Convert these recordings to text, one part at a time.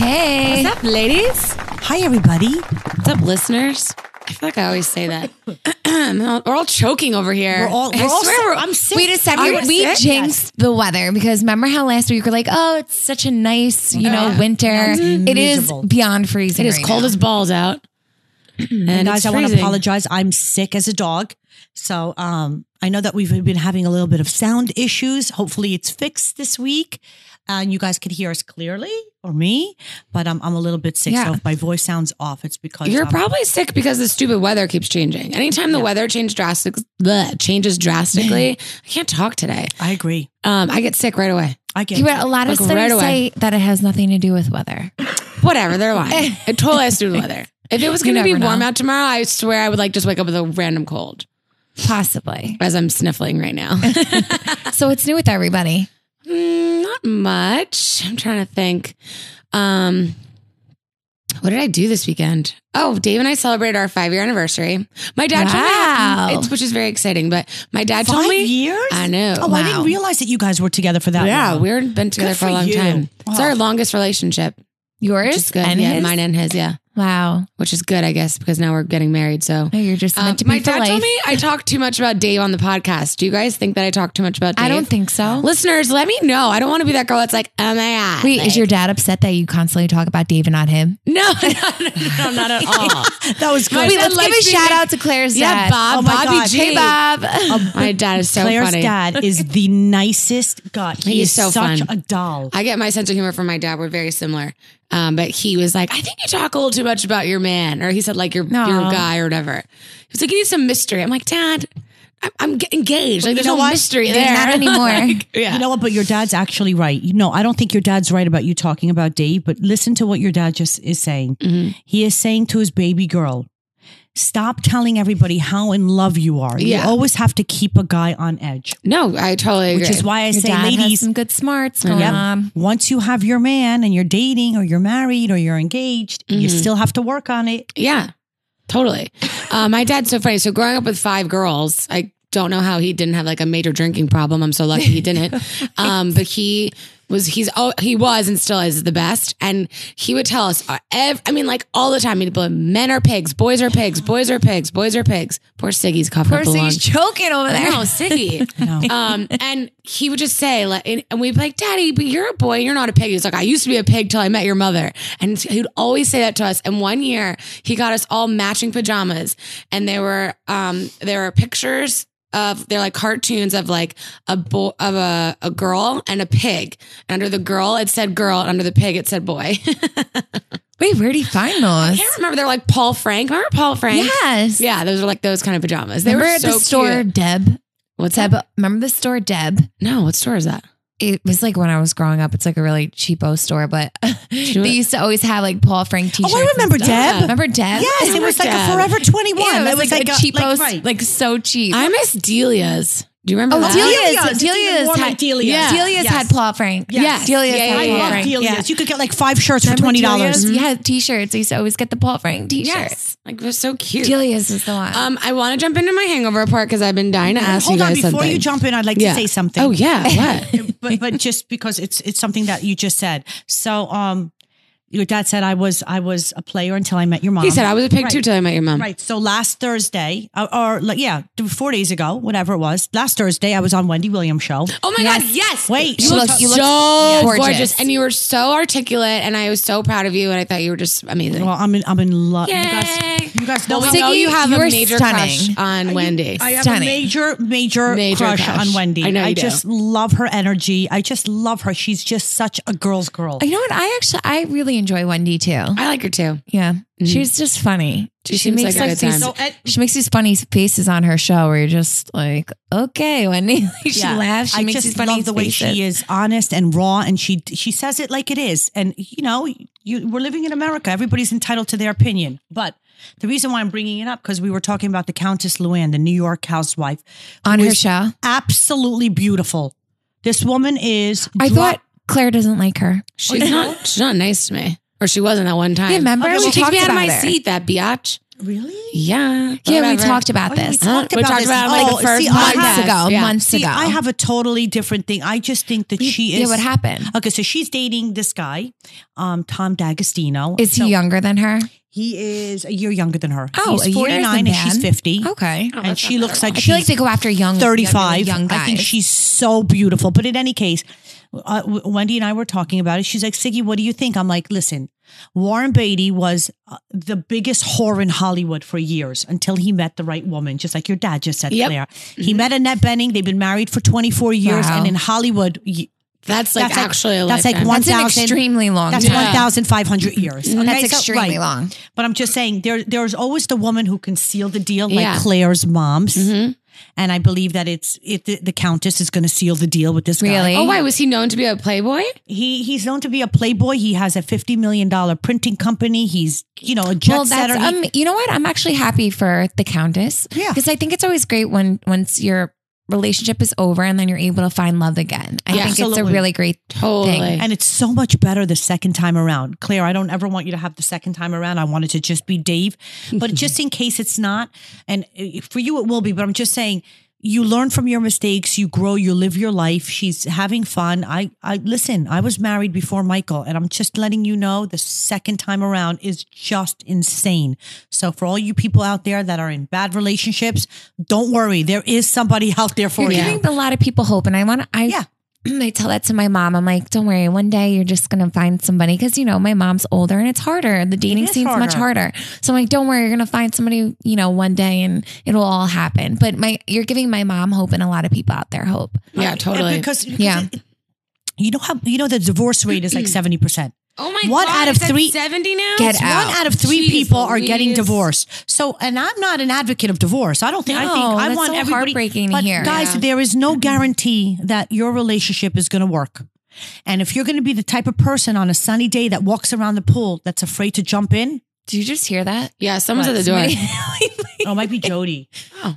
Hey. What's up, ladies? Hi, everybody. What's up, listeners? I feel like I always say that. we're all choking over here. We're all- I we're all swear sick. we're- I'm sick. Wait a second. Are We you sick? jinxed the weather because remember how last week we were like, oh, it's such a nice, you know, winter. It is miserable. beyond freezing. It is right cold now. as balls out. And Guys, it's I want to freezing. apologize. I'm sick as a dog. So um, I know that we've been having a little bit of sound issues. Hopefully, it's fixed this week and you guys can hear us clearly or me, but um, I'm a little bit sick. Yeah. So if my voice sounds off, it's because You're um, probably sick because the stupid weather keeps changing. Anytime the weather changes drastic, bleh, changes drastically, I can't talk today. I agree. Um, I get sick right away. I get Yeah, but a lot of Like, studies right say that it has nothing to do with weather. Whatever, they're lying. it totally has to do with weather. If it was You going to be never know. warm out tomorrow, I swear I would like just wake up with a random cold Possibly. as I'm sniffling right now. so it's new with everybody. Mm, not much. I'm trying to think. Um, what did I do this weekend? Oh, Dave and I celebrated our five year anniversary. My dad Wow. told me, it's, which is very exciting, but my dad told Five me. years? I know. Oh, I didn't realize that you guys were together for that Yeah, long. we've been together Good for a for long you. time. It's Wow. our longest relationship, Yours which is good. and yeah, his? mine and his. Yeah, Wow. which is good, I guess, because now we're getting married. So. No, you're just Um, meant to be my for dad life. told me I talk too much about Dave on the podcast. Do you guys think that I talk too much about Dave? I don't think so. Listeners, let me know. I don't want to be that girl that's like, oh my God. Wait, like- is your dad upset that you constantly talk about Dave and not him? No, no, no, no, not at all. That was My good. Wait, let's give dad a likes being- shout out to Claire's dad. yeah, Bob, Oh my Bobby God. G. Hey, Bob. My dad is so Claire's funny. dad is the nicest guy. He He's is so such fun. a doll. I get my sense of humor from my dad. We're very similar. Um, but he was like, I think you talk a little too much about your man. Or he said, like, your, No. your guy or whatever. He was like, you need some mystery. I'm like, Dad, I'm, I'm get- engaged. Like, there's know no what? mystery There's there. not anymore. Like, yeah. You know what? But your dad's actually right. You know, I don't think your dad's right about you talking about Dave, but listen to what your dad just is saying. Mm-hmm. He is saying to his baby girl, stop telling everybody how in love you are. Yeah. You always have to keep a guy on edge, no, I totally agree. which is why I Your say, dad has ladies, some good smarts going on. once you have your man and you're dating or you're married or you're engaged, you Mm-hmm. still have to work on it. Yeah, totally. Uh, my dad's so funny. So growing up with five girls, I don't know how he didn't have like a major drinking problem. I'm so lucky he didn't. Um, but he was he's oh he was and still is the best. And he would tell us uh, ev- I mean like all the time he'd be like, men are pigs, boys are pigs, boys are pigs, boys are pigs. Poor Siggy's coughing Poor up a lung. Siggy's choking over there. No, Siggy. Um, and he would just say, like, and, and we'd be like, Daddy, but you're a boy, you're not a pig. He's like, I used to be a pig till I met your mother. And he'd always say that to us. And one year he got us all matching pajamas and they were, um, there were pictures of they're like cartoons of like a boy of a, a girl and a pig. And under the girl it said girl, and under the pig it said boy. Wait, where'd he find those? I can't remember. They're like Paul Frank. Remember Paul Frank? Yes. Yeah, those are like those kind of pajamas. They remember were at so the store cute. Deb. What's that? Deb. Remember the store Deb? No, what store is that? It was like when I was growing up. It's like a really cheapo store, but wa- they used to always have like Paul Frank T-shirts. and remember stuff. Deb. Remember Deb? Yes, it was like a Dad. forever 21. oh Yeah, it was, That like, a cheapo, like, like, right. so cheap. I miss Delia's. Do you remember oh, that? Delia's, Delia's. It's even Delia's, warmer had, Delia's. Yeah. Delia's Yes. had Paul Frank. Yes. Delia's Yeah, had yeah, I Paul yeah. love Frank. Delia's. Yeah. You could get like five shirts for Remember $20. Delia's? Yeah, T-shirts. I used to always get the Paul Frank T-shirts. Yes. Like they're so cute. Delia's is the one. Um, I want to jump into my hangover part because I've been dying to ask Hold you on, guys before something. you jump in, I'd like yeah. to say something. Oh yeah, what? but but just because it's it's something that you just said. So um your dad said I was I was a player until I met your mom. he said I was a pig too Right. till I met your mom. Right. So last Thursday, or, or like, yeah, th- four days ago, whatever it was, last Thursday, I was on Wendy Williams' show. Oh my god, yes. Wait, you she look looks- so you look gorgeous. gorgeous. and you were so articulate, and I was so proud of you, and I thought you were just amazing. Well, I'm in, I'm in love. You guys, Yay. you guys know Well, we I'm- Siggy, know you have you a are major stunning. crush on Wendy. I have Stunning. a major, major, Major crush, crush. on Wendy. I know you do. just love her energy. I just love her. She's just such a girl's girl. you know what? I actually I really enjoy Wendy too. I like her too. Yeah, Mm-hmm. she's just funny. She seems like a good so, time. and- she makes these funny faces on her show where you're just like, okay, Wendy. Like, she Yeah. laughs. She I makes just these funny love the way faces. she is honest and raw, and she she says it like it is. And you know, you, we're living in America. Everybody's entitled to their opinion. But the reason why I'm bringing it up because we were talking about the Countess Luann, the New York housewife, on who her is show. absolutely beautiful. This woman is. I dro- thought Claire doesn't like her. She's not. She's not nice to me, or she wasn't that one time. Remember Okay, well, we She kicked talked me out of about my her. seat. That biatch. Really? Yeah. Yeah, we whatever. talked about Oh, yeah, we this. talked Huh? We about talked this. about it, like, Oh, the first see, I months have- ago, Yeah. months See, ago. I have a totally different thing. I just think that she is. Yeah, what happened? Okay, so she's dating this guy, um, Tom D'Agostino. Is he So younger than her? He is a year younger than her. Oh, a he's year isn't 49 and she's bad. 50. Okay. Oh, And that's she not looks terrible. like I she's feel like they go after young, 35. young guys. I think she's so beautiful. But in any case, uh, W- Wendy and I were talking about it. She's like, Siggy, what do you think? I'm like, listen, Warren Beatty was uh, the biggest whore in Hollywood for years until he met the right woman, just like your dad just said, Yep. Claire. He met Annette Benning. They've been married for 24 years. Mm-hmm. Wow. And in Hollywood, y- That's like That's like- actually a that's like lifetime. one- that's an 1,000 extremely long that's time. 1,500 years. Okay? That's So- extremely right. long. But I'm just saying, there there's always the woman who can seal the deal, like Yeah. Claire's mom's. Mm-hmm. Mhm. And I believe that it's it, the, the Countess is going to seal the deal with this guy. Really? Oh, why was he known to be a playboy? He he's known to be a playboy. He has a fifty million dollar printing company. He's you know a jet Well, that's setter. He- um. You know what? I'm actually happy for the Countess. Yeah. because I think it's always great when once your relationship is over and then you're able to find love again. I Yeah. think it's Absolutely. a really great. Totally. Thing. and it's so much better the second time around. Claire, I don't ever want you to have the second time around. I want it to just be Dave. But just in case it's not, and uh, for you it will be, but I'm just saying you learn from your mistakes, you grow, you live your life. She's having fun. I I listen, I was married before Michael, and I'm just letting you know the second time around is just insane. So for all you people out there that are in bad relationships, don't worry. There is somebody out there for You're you. giving a lot of people hope, and I want. I Yeah. I tell that to my mom. I'm like, don't worry. One day you're just gonna find somebody because you know my mom's older and it's harder. The dating is scene's much harder. So I'm like, don't worry. You're gonna find somebody. You know, one day and it'll all happen. But my, you're giving my mom hope and a lot of people out there hope. Yeah, totally. Because Yeah. You know how you know the divorce rate is like seventy percent. oh my One god. out of it's at three- 70 now? Get It's out. One out of three Jeez people are getting Louise. divorced. So, and I'm not an advocate of divorce. I don't think. I No, think I that's want so everybody. heartbreaking to but hear. guys, Yeah. there is no guarantee that your relationship is going to work. And if you're going to be the type of person on a sunny day that walks around the pool that's afraid to jump in, Do you just hear that? Yeah, someone's at the door. Somebody- oh, it might be Jody.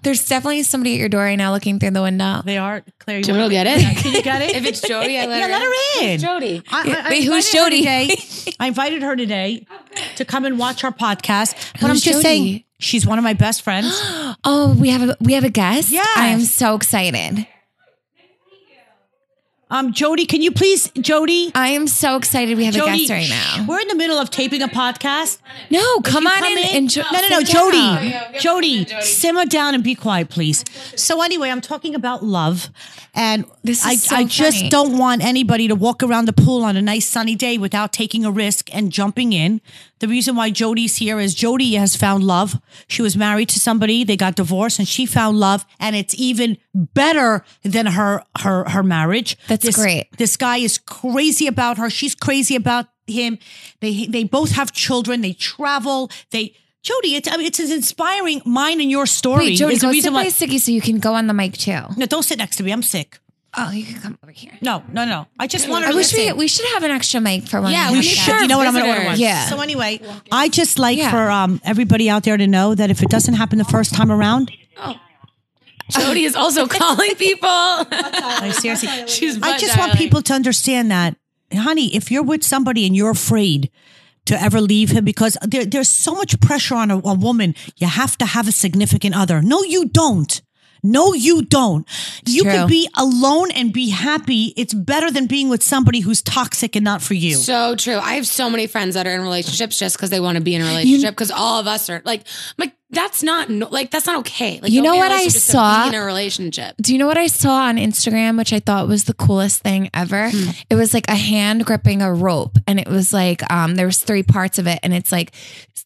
There's definitely somebody at your door right now looking through the window. They are Claire. You Jody will want- get it. Can you get it? if it's Jody, I let yeah, her. let her in. Jody. I, I, I Wait, who's invited her Jody? today. I invited her today to come and watch our podcast. But I'm Who's Jody? just saying, she's one of my best friends. Oh, we have a we have a guest. Yes. I am so excited. Um, Jody, can you please, Jody? I am so excited. We have a Jody, guest right shh, now. We're in the middle of taping a podcast. No, come You on come in. in. and jo- no, no, no, sit down. Jody, Jody, simmer down and be quiet, please. So anyway, I'm talking about love, and This is I, so I just funny. don't want anybody to walk around the pool on a nice sunny day without taking a risk and jumping in. The reason why Jody's here is Jody has found love. She was married to somebody, they got divorced, and she found love, and it's even better than her her her marriage. That's This- great. this guy is crazy about her. She's crazy about him. They they both have children. They travel. They Jody, it's I mean, it's as inspiring. Mine and your story Wait, Jody, is the go sit reason by why. Siggy so you can go on the mic too. No, don't sit next to me. I'm sick. Oh, you can come over here. No, no, no. I just want to. I wish we listen. we should have an extra mic for one. Yeah, of we the You should. guests. should. You know what? I'm going to order Visitors. one. Yeah. So anyway, I just like Yeah. for um, everybody out there to know that if it doesn't happen the first time around, Jody is also calling people. I seriously, She's I butt just want dialing. people to understand that, honey, if you're with somebody and you're afraid to ever leave him because there, there's so much pressure on a, a woman, you have to have a significant other. No, you don't. No, you don't. you true. can be alone and be happy. It's better than being with somebody who's toxic and not for you. So true. I have so many friends that are in relationships just because they want to be in a relationship. Because all of us are like, like that's not no, like that's not okay. Like You don't know be in a what I relationship just to saw? be in a relationship. Do you know what I saw on Instagram, which I thought was the coolest thing ever? Hmm. It was like a hand gripping a rope, and it was like um, there was three parts of it, and it's like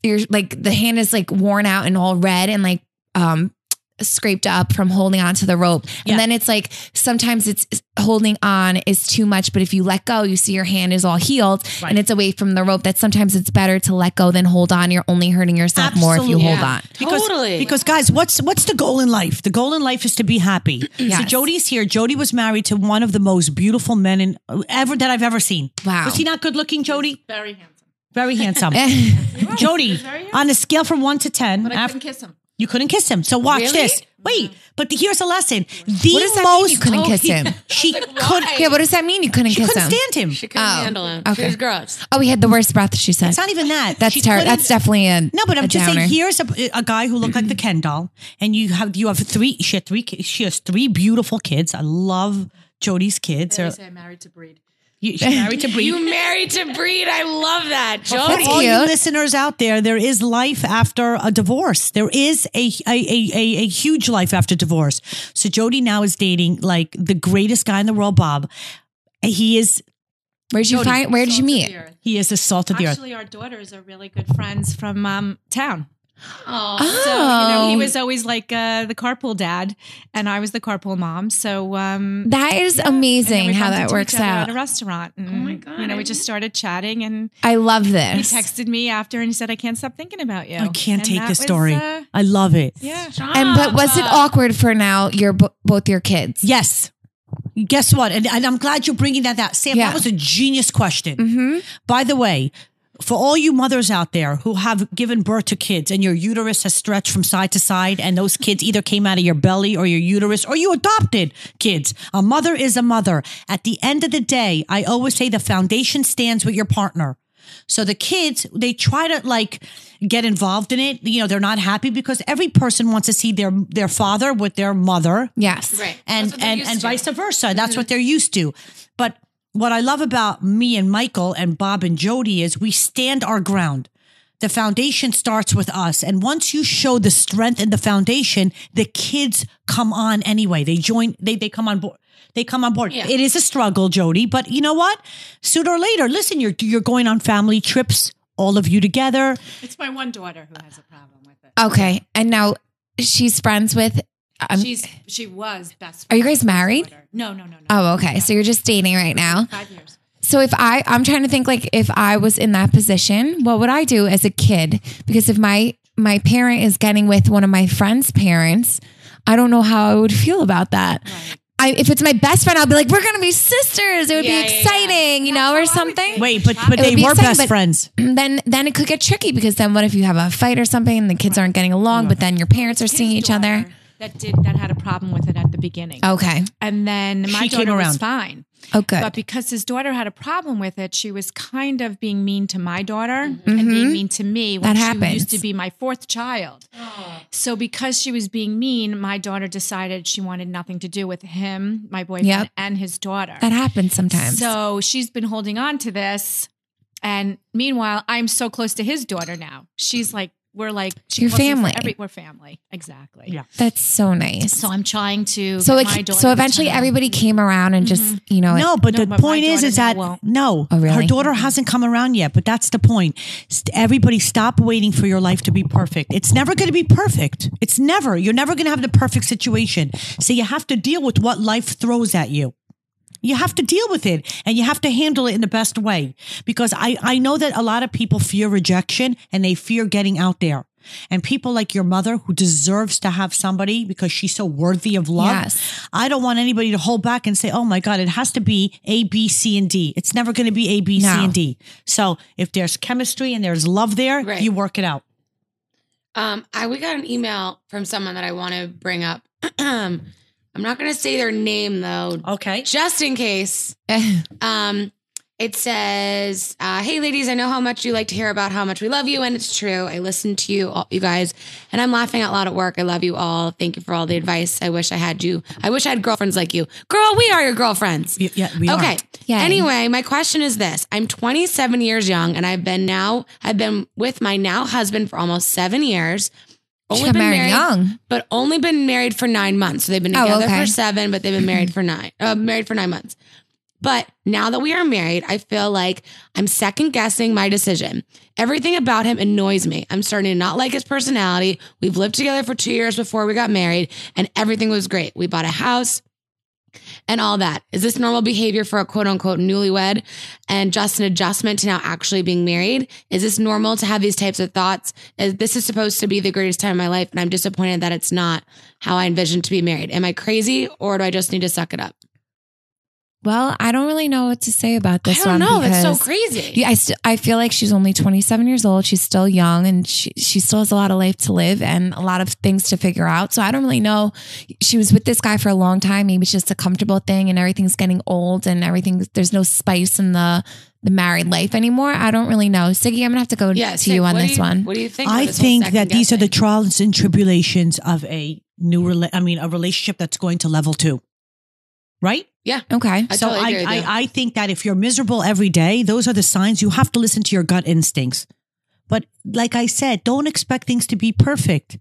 you're like the hand is like worn out and all red and like um scraped up from holding onto the rope, Yeah. and then it's like sometimes it's holding on is too much, but if you let go, you see your hand is all healed Right. and it's away from the rope. That sometimes it's better to let go than hold on. You're only hurting yourself more if you Absolutely. hold Yeah. on. Because, Totally. Because guys, what's what's the goal in life? The goal in life is to be happy. So Yes. Jody's here. Jody was married to one of the most beautiful men in ever that I've ever seen. Wow. Was he not good looking, Jody? Very handsome. Jody, on a scale from one to ten, af- kiss him. you couldn't kiss him. So watch Really? this. Wait, but here's a lesson. The What does that most mean you couldn't kiss him? She could Yeah, what does that mean? You couldn't she kiss couldn't him. stand him. She couldn't Oh, handle him. She okay. was gross. oh, he had the worst breath. She said. It's not even that. That's She terrible. couldn't- That's definitely a No, but I'm a just downer. saying. Here's a, a guy who looked like the Ken doll, and you have you have three. She had three. ki- She has three beautiful kids. I love Jody's kids. They're- say married to breed. you- She's married to Bree. You married to breed. I love that, For Jody. That's all you cute. listeners out there, there is life after a divorce. There is a a, a, a a huge life after divorce. So Jody now is dating like the greatest guy in the world, Bob. He is Where'd you find? Where did you Salt of meet? the earth. he is the salt of the earth. Actually, our daughters are really good friends from um, town. Oh. So, you know, Oh. he was always like uh, the carpool dad, and I was the carpool mom. So, um, That is and then amazing we how bumped that into works each other out. At a restaurant. And, my God, You know, I we just started chatting, and I love he this. texted me after and he said, I can't stop thinking about you. I can't And take that this was, story. uh, I love it. yeah. And but was it awkward for now? Your bo- both your kids. Yes. Guess what? And, and I'm glad you're bringing that out. Sam, Yeah. that was a genius question. Mm-hmm. By the way, for all you mothers out there who have given birth to kids and your uterus has stretched from side to side and those kids either came out of your belly or your uterus or you adopted kids, a mother is a mother. At the end of the day, I always say the foundation stands with your partner. So the kids, they try to like get involved in it. You know, they're not happy because every person wants to see their their father with their mother Yes. Right. and That's what they're and used and to. Mm-hmm. vice versa. That's what they're used to. But what I love about me and Michael and Bob and Jody is we stand our ground. The foundation starts with us, and once you show the strength in the foundation, the kids come on anyway. They join. They they come on board. They come on board. Yeah. It is a struggle, Jody, but you know what? Sooner or later, listen. You're you're going on family trips, all of you together. It's my one daughter who has a problem with it. Okay. And now she's friends with. Um, She's she was best. Are you friends guys with my married? daughter. No, no, no, no. oh, okay. So you're just dating right now. Five years. So if I, I'm trying to think like if I was in that position, what would I do as a kid? Because if my my parent is getting with one of my friend's parents, I don't know how I would feel about that. I, if it's my best friend, I'll be like, we're gonna be sisters. It would Yeah, yeah, be yeah. exciting, you know, or something. Wait, but but It would they be were exciting, best but- friends. then then it could get tricky because then what if you have a fight or something and the kids aren't getting along, but then your parents are His seeing each daughter other? Oh. That did that had a problem with it at the beginning. Okay. And then my She daughter came around. was fine. Oh, good. But because his daughter had a problem with it, she was kind of being mean to my daughter and being mean to me when Mm-hmm. That she happens. used to be my fourth child. So because she was being mean, my daughter decided she wanted nothing to do with him, my boyfriend, Yep. and his daughter. that happens sometimes. So she's been holding on to this. And meanwhile, I'm so close to his daughter now. She's like, we're like, she Your calls me for family. Every, we're family. Exactly. Yeah. That's so nice. So I'm trying to. So like get my daughter so to eventually turn on. everybody came around and just you know No, but No, the but my point is, daughter is that now won't. no, Oh, really? her daughter hasn't come around yet. But that's the point. St- Everybody, stop waiting for your life to be perfect. It's never going to be perfect. It's never. You're never going to have the perfect situation. So you have to deal with what life throws at you. You have to deal with it and you have to handle it in the best way because I, I know that a lot of people fear rejection and they fear getting out there. And people like your mother who deserves to have somebody because she's so worthy of love. Yes. I don't want anybody to hold back and say, oh my God, it has to be A, B, C, and D. It's never going to be A, B, C, No. and D. So if there's chemistry and there's love there, Right. you work it out. Um, I we got an email from someone that I want to bring up. I'm not going to say their name though, Okay. just in case. Um, it says, uh, "Hey, ladies, I know how much you like to hear about how much we love you, and it's true. I listen to you, all, you guys, and I'm laughing out loud at work. I love you all. Thank you for all the advice. I wish I had you. I wish I had girlfriends like you, girl. We are your girlfriends. Y- yeah, we are. okay. Yay. Anyway, my question is this: I'm 27 years young, and I've been now I've been with my now husband for almost seven years. she got married, young. but only been married for nine months. So they've been Oh, together okay. for seven, but they've been married for nine. Uh, married for nine months. But now that we are married, I feel like I'm second guessing my decision. Everything about him annoys me. I'm starting to not like his personality. We've lived together for two years before we got married, and everything was great. We bought a house and all that. Is this normal behavior for a quote unquote newlywed and just an adjustment to now actually being married? Is this normal to have these types of thoughts? Is, this is supposed to be the greatest time of my life, and I'm disappointed that it's not how I envisioned to be married. Am I crazy or do I just need to suck it up? Well, I don't really know what to say about I this one. don't know. That's so because- crazy. Yeah, I st- I feel like she's only 27 years old. She's still young and she she still has a lot of life to live and a lot of things to figure out. So I don't really know. She was with this guy for a long time. Maybe it's just a comfortable thing and everything's getting old and everything there's no spice in the the married life anymore. I don't really know. Siggy, I'm going to have to go Yeah, to Sid, you on what do this one. What do you think? about I this whole think that second these are the guessing? trials and tribulations of a new rela- I mean a relationship that's going to level 2. Right? okay. I so totally agree with I, you. I I think that if you're miserable every day, those are the signs you have to listen to your gut instincts. But like I said, don't expect things to be perfect.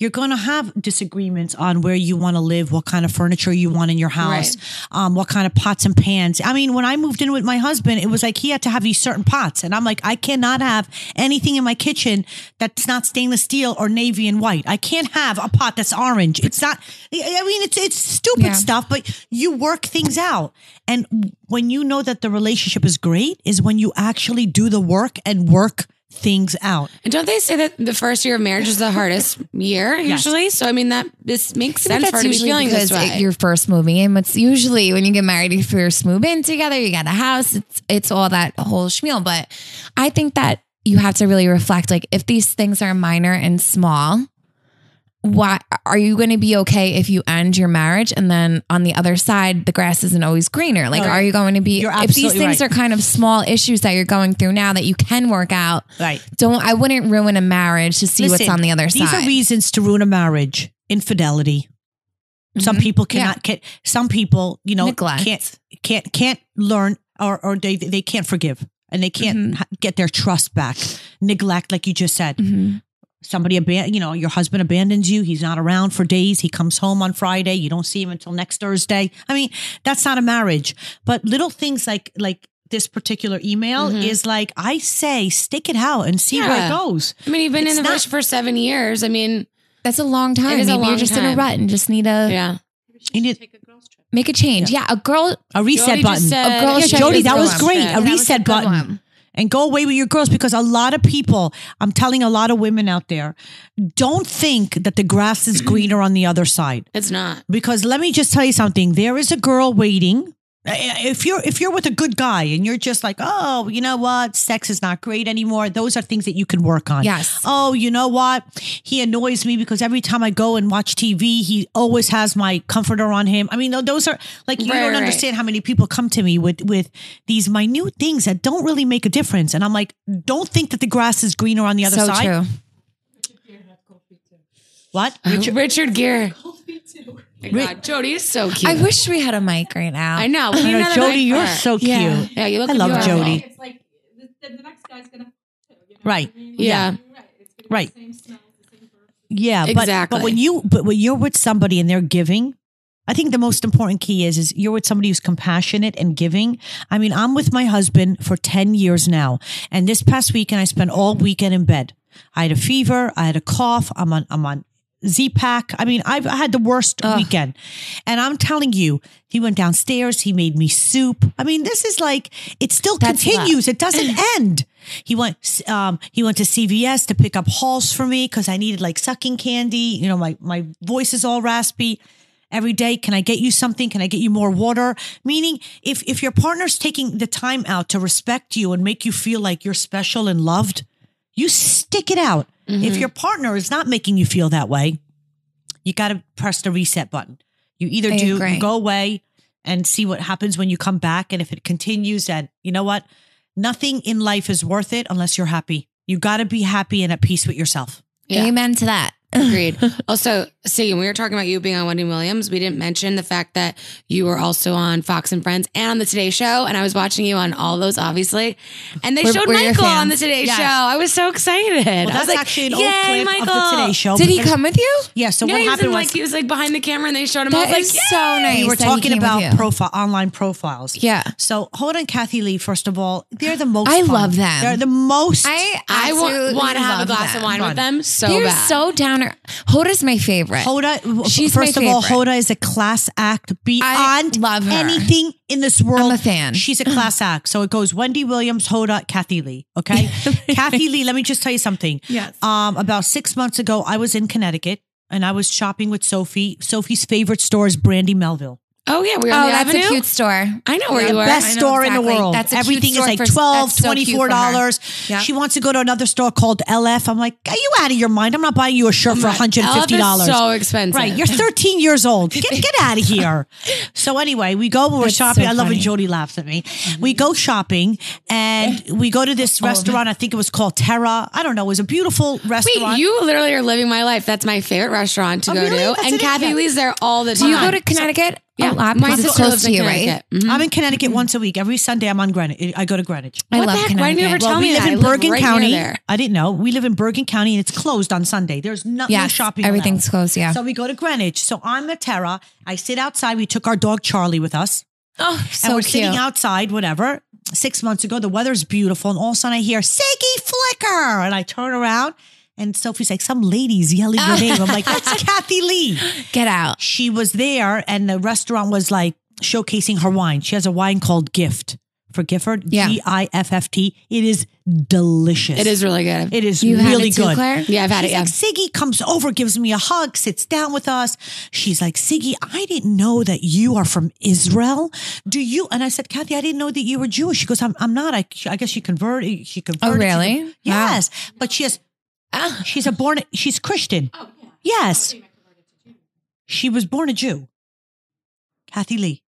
You're going to have disagreements on where you want to live, what kind of furniture you want in your house, um, what kind of pots and pans. I mean, when I moved in with my husband, it was like he had to have these certain pots. And I'm like, I cannot have anything in my kitchen that's not stainless steel or navy and white. I can't have a pot that's orange. It's not, I mean, it's, it's stupid Yeah. stuff, but you work things out. And when you know that the relationship is great is when you actually do the work and work things out. And don't they say that the first year of marriage is the hardest year usually? So I mean that this makes I think sense for her to be feeling this way. it- you're first moving in. It's usually when you get married, you first move in together, you got a house. It's it's all that whole schmeal. But I think that you have to really reflect. Like if these things are minor and small, why are you going to be okay if you end your marriage and then on the other side the grass isn't always greener? Like, No, are you going to be? you're if these absolutely things right. are kind of small issues that you're going through now that you can work out, Right. don't. I wouldn't ruin a marriage to see what's Listen, on the other These side. are reasons to ruin a marriage. Infidelity. Some Mhm. people cannot get some people, you know, Neglect. can't can't can't learn or or they they can't forgive and they can't Mm-hmm. ha- get their trust back. Neglect like you just said. Mhm. Somebody aban- you know, your husband abandons you, he's not around for days, he comes home on Friday, you don't see him until next Thursday. I mean, that's not a marriage. But little things like like this particular email Mm-hmm. Mhm. is like I say stick it out and see where Yeah. it goes. I mean, you've been in It's the not- relationship for seven years. I mean, That's a long time. is a Maybe long you're just in a time. rut and just need a yeah. You need- Make a change. Yeah, a girl. A reset Jody just button. Oh, said- A girl Yeah, should Jody, that go was on. great. A That was reset good button. one. and go away with your girls because a lot of people, I'm telling a lot of women out there, don't think that the grass is greener on the other side. It's not. Because let me just tell you something, there is a girl waiting. Uh, If you're if you're with a good guy and you're just like, "Oh, you know what? Sex is not great anymore." Those are things that you can work on. Yes. Oh, you know what? He annoys me because every time I go and watch TV, he always has my comforter on him. I mean, tho- those are like you Right, don't right. understand how many people come to me with with these minute things that don't really make a difference, and I'm like, don't think that the grass is greener on the other So side. true. What? Richard, Richard Gere. My God, Jody is so cute. I I, wish we had a mic right now. know. We You need know, another Jody, night you're for her. so cute. Yeah. Yeah, you look I love adorable. Jody. It's like the, the next guy's gonna. Right. Yeah. Right. Yeah, but, Exactly. but when you but when you're with somebody and they're giving, I think the most important key is is you're with somebody who's compassionate and giving. I mean, I'm with my husband for 10 years now, and this past weekend I spent all weekend in bed. I had a fever, I had a cough, I'm on I'm on Z pack. I mean, I've I had the worst weekend. And I'm telling you, he went downstairs, he made me soup. I mean, this is like it still That's love. continues. It doesn't end. He went um he went to CVS to pick up halls for me cuz I needed like sucking candy. You know, my my voice is all raspy. Every day, can I get you something? Can I get you more water? Meaning, if if your partner's taking the time out to respect you and make you feel like you're special and loved, you stick it out. If Mm-hmm. your partner is not making you feel that way, you got to press the reset button. You either I do agree. you go away and see what happens when you come back, and if it continues, then you know what? Nothing in life is worth it unless you're happy. You got to be happy and at peace with yourself. Yeah. Amen to that. Agreed. also, Siggy, when we were talking about you being on Wendy Williams, we didn't mention the fact that you were also on Fox and Friends and on the Today Show. And I was watching you on all those, obviously. And they We're- showed we're your Michael on the fans. Today Yes. Show. I was so excited. I Well, was that's like, actually an "Yay, old clip of the Today Oh Show. Did he because- come with you? Yeah. So yeah, what he was in, happened was like he was like behind the camera and they showed him. I That was is like, so "Yay!" nice. we were that he talking came with about you. profile online profiles. Yeah. So Hoda and Kathy Lee, first of all, they're the most. I fun. love them. They're the most. I I absolutely want to have a love glass them. of wine with them so They're bad. so downer. Hoda's my favorite. Hoda, w- She's first my of all, favorite. Hoda is a class act beyond love her. anything in this world. I'm a fan. She's a class act. So it goes Wendy Williams, Hoda, Kathy Lee. Okay. Kathy Lee, let me just tell you something. Yes. Um, about six months ago, I was in Connecticut and I was shopping with Sophie. Sophie's favorite store is Brandy Melville. Oh yeah, we were Oh, on the that's avenue. a cute store. I know where you were. I Best know store in exactly. the world. That's a cute Everything store is like for- 12 that's so cute for her. $24. Yeah. She wants to go to another store called LF. I'm like, are you out of your mind? I'm not buying you a shirt for $150. Elf is so expensive. Right, you're 13 years old. Get get out of here. So anyway, we go. We're That's shopping. so I love when funny. Jody laughs at me. We go shopping and we go to this restaurant. I think it was called Terra. I don't know. It was a beautiful Wait, restaurant. you literally are living my life. That's my favorite restaurant to Oh, go really? to. That's and it? Kathy Yeah. Lee's there all the Do time. you go to Connecticut? Yeah, a Oh, lot my because it's sister close lives to in you, right? Connecticut. Mhm. I'm in Connecticut once a week. Every Sunday, I'm on Greenwich. I go to Greenwich. I What the love heck? Connecticut. Why didn't you ever tell Well, we me live that? I in live Bergen right near County. there. I didn't know. We live in Bergen County and it's closed on Sunday. There's not, no Yes, shopping. allowed. everything's closed. Yeah. So we go to Greenwich. So I'm at Terra. I sit outside. We took our dog Charlie with us. oh, and so we're cute. sitting outside, whatever. Six months ago, the weather's beautiful, and all of a sudden I hear Siggy Flicker, and I turn around, and Sophie's like, "Some lady's yelling your name." I'm like, "That's Kathy Lee." Get out. She was there, and the restaurant was like showcasing her wine. She has a wine called Gift for Gifford, Yeah. G I F F T. It is delicious. It is really good. It is You had really it too, good. Claire? yeah, I've had She's it. Yeah. like, Siggy comes over, gives me a hug, sits down with us. She's like, Siggy, I didn't know that you are from Israel. Do you? And I said, Kathy, I didn't know that you were Jewish. She goes, I'm, I'm not. I, I guess she converted. She Oh, converted. She really? con- Wow. yes. But she is, Ah. she's a born, she's Christian. Yes. She was born a Jew. Kathy Lee.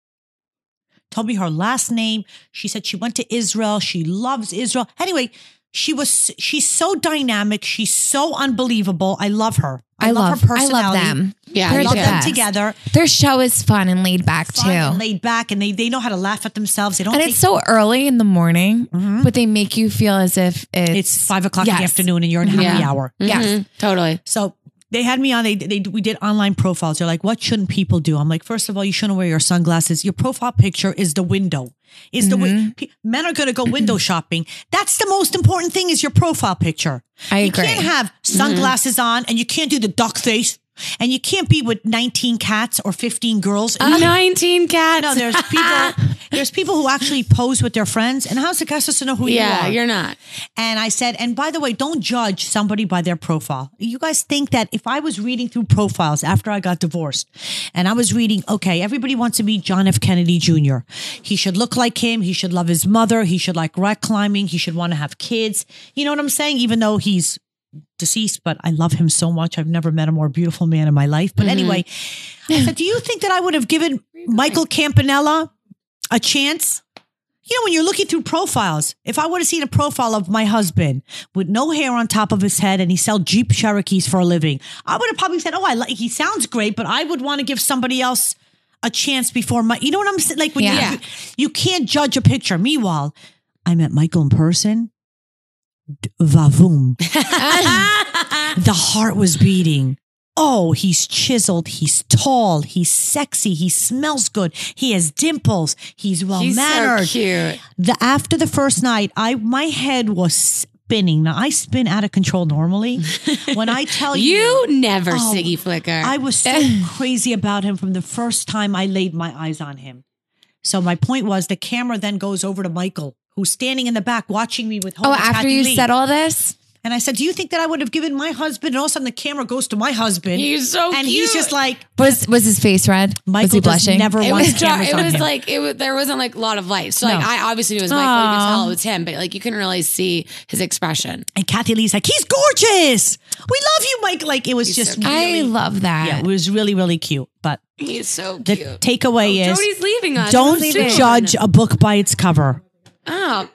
Told me her last name. She said she went to Israel. She loves Israel. Anyway, she was she's so dynamic. She's so unbelievable. I love her. I love. her I personality. love them. Yeah, They're I me love too. the them best. together. Their show is fun and laid back Fun and too. laid back, and they they know how to laugh at themselves. They don't. And take- it's so early in the morning, Mhm. but they make you feel as if it's, it's five o'clock in the Yes. afternoon, and you're in happy Yeah. hour. Yes. Mhm. Totally. So they had me on. They, they we did online profiles. They're like, what shouldn't people do? I'm like, first of all, you shouldn't wear your sunglasses. Your profile picture is the window. Is the win- pe- men are going to go window shopping. That's the most important thing. Is your profile picture. I you agree. can't have sunglasses on, and you can't do the duck face, and you can't be with 19 cats or 15 girls. Oh, Nineteen cats. no, there's people. There's people who actually pose with their friends, and how's the guy supposed to know who yeah, you are? you're not. And I said, and by the way, don't judge somebody by their profile. You guys think that if I was reading through profiles after I got divorced and I was reading, okay, everybody wants to meet John F. Kennedy Jr. He should look like him. He should love his mother. He should like rock climbing. He should want to have kids. You know what I'm saying? Even though he's deceased, but I love him so much. I've never met a more beautiful man in my life. But Mm-hmm. anyway, I said, do you think that I would have given Michael Campanella a chance? You know, when you're looking through profiles, if I would have seen a profile of my husband with no hair on top of his head and he sell Jeep Cherokees for a living, I would have probably said, "Oh, I like he sounds great, but I would want to give somebody else a chance before my." You know what I'm saying? Like when Yeah. you you can't judge a picture. Meanwhile, I met Michael in person. D- Vavoom, the heart was beating. Oh, he's chiseled. He's tall. He's sexy. He smells good. He has dimples. He's well He's mannered so cute. the after the first night, I my head was spinning. Now I spin out of control normally. when I tell Oh, you, Oh, You never Siggy Flicker. I was so crazy about him from the first time I laid my eyes on him. So my point was, the camera then goes over to Michael, who's standing in the back watching me with. oh, Homer after Kathy you Lee. said all this, and I said, "Do you think that I would have given my husband?" And all of a sudden, the camera goes to my husband, He's so and he's cute. just like, was was his face red? was "Michael he does blushing? never it wants was dark. cameras It on was him." like it was, there wasn't like a lot of light. So like No. I obviously knew it was Michael. You could Aw. tell it was him, but like you couldn't really see his expression. and Kathy Lee's like, "He's gorgeous. We love you, Mike." Like it was just so cute. I really love that. Yeah, it was really, really cute. But He's so the cute. Oh, takeaway is Jody's leaving us. don't Soon. judge a book by its cover. Oh,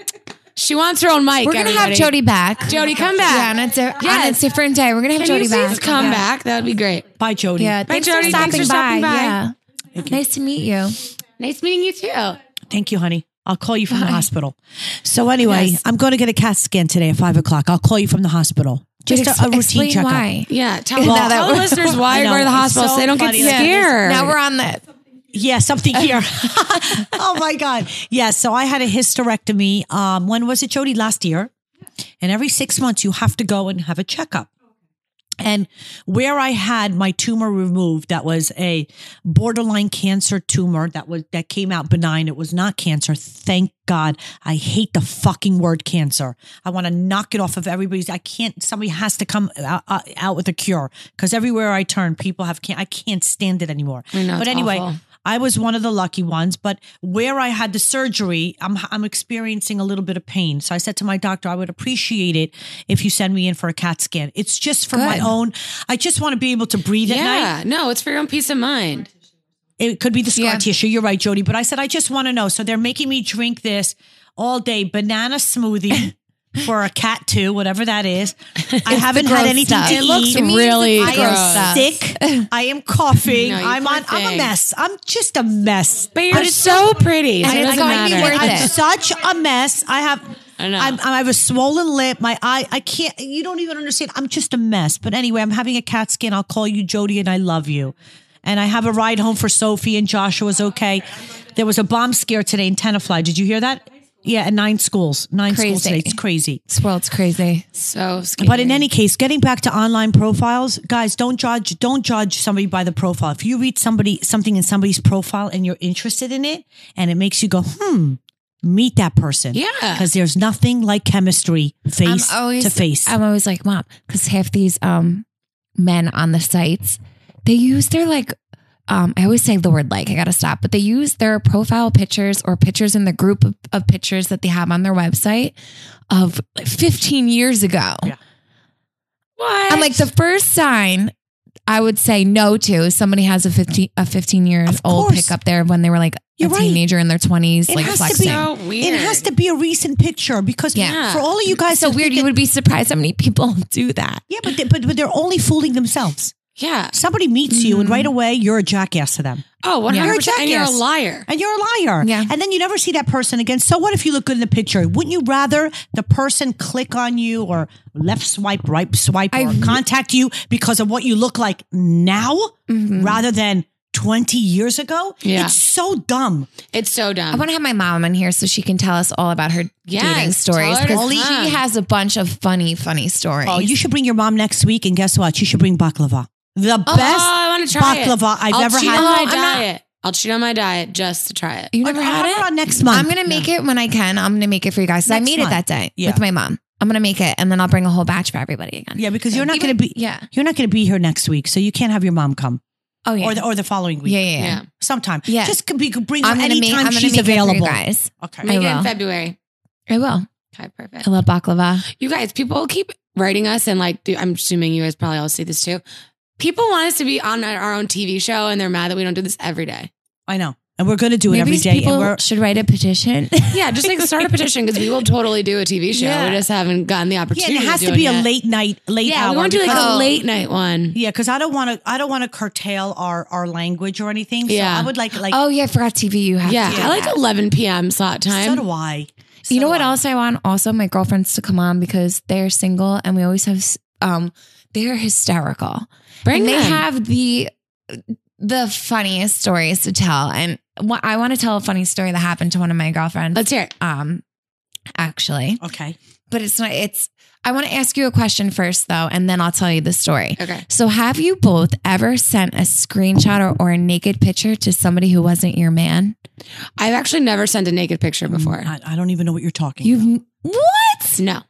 she wants her own mic. We're gonna have everybody. Jody back. Jody, come Yeah, back. on a, di- on Yes. a different day. We're gonna have Can Jody you back. please come yeah. back? That would be great. Bye, Jody. Yeah, thanks, for Jody. stopping Thanks for stopping by. by. Yeah. Nice to meet you. Nice meeting you too. Thank you, honey. I'll call you from the hospital. So anyway, I'm going to get a CAT scan today at five o'clock. I'll call you from the hospital. Just Ex- a, a routine explain checkup. why. Yeah, tell, Well, tell that the was- listeners I why you know, go to the it's hospital so so they don't get funny that it is. scared. Now we're on the Yeah, something here. oh my God. Yeah. So I had a hysterectomy. Um, when was it, Jody? Last year. And every six months you have to go and have a checkup. And where I had my tumor removed, that was a borderline cancer tumor that was that came out benign. It was not cancer. Thank God. I hate the fucking word cancer. I want to knock it off of everybody's. I can't. Somebody has to come out, uh, out with a cure because everywhere I turn, people have can. I can't stand it anymore. I know, but it's anyway, awful. I was one of the lucky ones, but where I had the surgery, I'm I'm experiencing a little bit of pain. So I said to my doctor, I would appreciate it if you send me in for a CAT scan. It's just for my Good. own. I just want to be able to breathe at night. yeah, no, it's for your own peace of mind. It could be the scar Yeah. tissue. You're right, Jody. But I said, I just want to know. So they're making me drink this all day banana smoothie for a cat too, whatever that is. I haven't had gross anything stuff. to It eat. looks means really I it's gross. am sick. I am coughing. No, you I'm poor on. I'm thing. a mess. I'm just a mess. But you're so pretty. so and it it's doesn't going to be matter. worth I'm it. such a mess. I have. I know. I'm, I have a swollen lip. My eye. I can't. You don't even understand. I'm just a mess. But anyway, I'm having a cat scan. I'll call you Jody, and I love you. And I have a ride home for Sophie and Joshua's okay. There was a bomb scare today in Tenafly. Did you hear that? Yeah, at nine schools. Nine schools Crazy. today. It's crazy. This world's crazy. so scared. But in any case, getting back to online profiles, guys, don't judge. Don't judge somebody by the profile. If you read somebody something in somebody's profile and you're interested in it, and it makes you go, hmm, meet that person. Yeah. because there's nothing like chemistry face I'm always to face. I'm always like, mom, because half these um men on the sites, they use their like um, I always say the word like, I gotta stop, but they use their profile pictures or pictures in the group of, of pictures that they have on their website of like, 15 years ago. Yeah. what? I'm like, the first sign I would say no to is somebody has a 15, a 15 years Of old course. pickup there when they were like You're a right. teenager in their 20s, It like has to flexing. be- so weird. It has to be a recent picture because Yeah. for all of you guys, so that weird. think You that- would be surprised how many people do that. yeah, but, they, but but they're only fooling themselves. Yeah. Somebody meets you, Mm-hmm. and right away you're a jackass to them, Oh, 100 You're a percent. And you're a jackass. liar. and you're a liar. Yeah. And then you never see that person again. So what if you look good in the picture? Wouldn't you rather the person click on you or left swipe, right swipe, I or re- contact you because of what you look like now, Mm-hmm. rather than 20 years ago? Yeah. It's so dumb. It's so dumb. I want to have my mom in here so she can tell us all about her Yes, dating stories tell her to because come. she has a bunch of funny, funny stories. Oh, you should bring your mom next week, and guess what? She should bring baklava. The oh, best I want to try baklava it. I've I'll ever cheat had. on No, my I'm not- diet. I'll cheat on my diet just to try it. You never I'll had have it? her on next month. I'm gonna make it when I can. I'm gonna make it for you guys. 'cause I Next made month. it that day Yeah. with my mom. I'm gonna make it and then I'll bring a whole batch for everybody again. Yeah, because you're not Even- going to be. yeah. you're not going to be here next week, so you can't have your mom come Oh yeah. or the or the following week. yeah, yeah, yeah. yeah. Oh, sometime. Yeah. just could be could bring I'm her gonna make. I'm anytime gonna she's make it available. for you guys. Okay, I Make it in will. February. I will. Okay, perfect. I love baklava. You guys, people keep writing us, and like, I'm assuming you guys probably all see this too. People want us to be on our own TV show, and they're mad that we don't do this every day. I know, and we're going to do it Maybe every these day. And people we're should write a petition. Yeah, just like start a petition because we will totally do a TV show. Yeah. We just haven't gotten the yeah, opportunity. and it has to do be a yet. late night, late Yeah, hour. we want to do like Oh. because- a late night one. yeah, because I don't want to. I don't want to curtail our our language or anything. So Yeah. I would like like. oh yeah, I forgot TV. You have. Yeah, to do I like that. 11 p.m. slot so time. do I. you know So what do I. else I want? Also, my girlfriends to come on because they're single and we always have. s- Um, they're hysterical. Bring and they them. have the the funniest stories to tell. And wha- I want to tell a funny story that happened to one of my girlfriends. Let's hear it. Um, actually, Okay, but it's not. It's. I want to ask you a question first, though, and then I'll tell you the story. Okay. So, have you both ever sent a screenshot or, or a naked picture to somebody who wasn't your man? I've actually never sent a naked Mm, picture before. I, I don't even know what you're talking. about. You've what? No.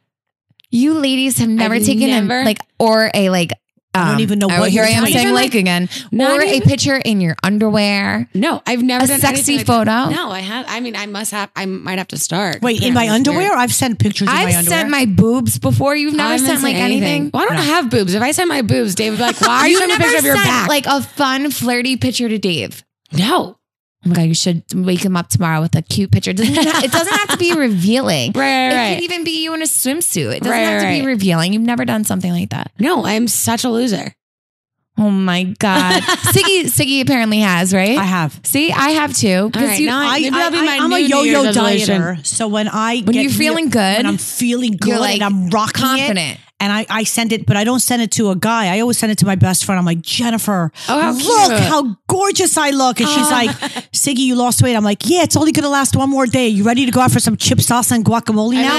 You ladies have never I've taken never- a like or a like. I don't um, even know oh, what here I you're am talking saying about. like again, Not or a even- picture in your underwear. No, I've never A done sexy anything like that. photo? No, I have. I mean, I must have. I might have to start. Wait, in my Apparently it's weird. underwear? I've sent pictures in I've my underwear. sent my boobs before. You've I never haven't sent like anything. Well, I don't No. have boobs. If I sent my boobs, Dave would be like, "Why are you You've sending a never picture of your sent, back?" like a fun flirty picture to Dave. no, Oh my god, you should wake him up tomorrow with a cute picture. It doesn't have, it doesn't have to be revealing. right, It right, could right. even be you in a swimsuit. It doesn't Right, have to right. be revealing. You've never done something like that. No, I'm such a loser. Oh my god, Siggy Siggy apparently has right. I have. See, I have too. All right, you, now I, Maybe that'll be my am a new New yo-yo Year's resolution. dieter, so when I when get you're feeling real- good, when I'm feeling good you're like and I'm rocking it, confident. and I, I send it, but I don't send it to a guy. I always send it to my best friend. I'm like, Jennifer, Oh, how look cute. how gorgeous I look. And she's like, Siggy, you lost weight. I'm like, yeah, it's only going to last one more day. You ready to go out for some chip sauce and guacamole I now?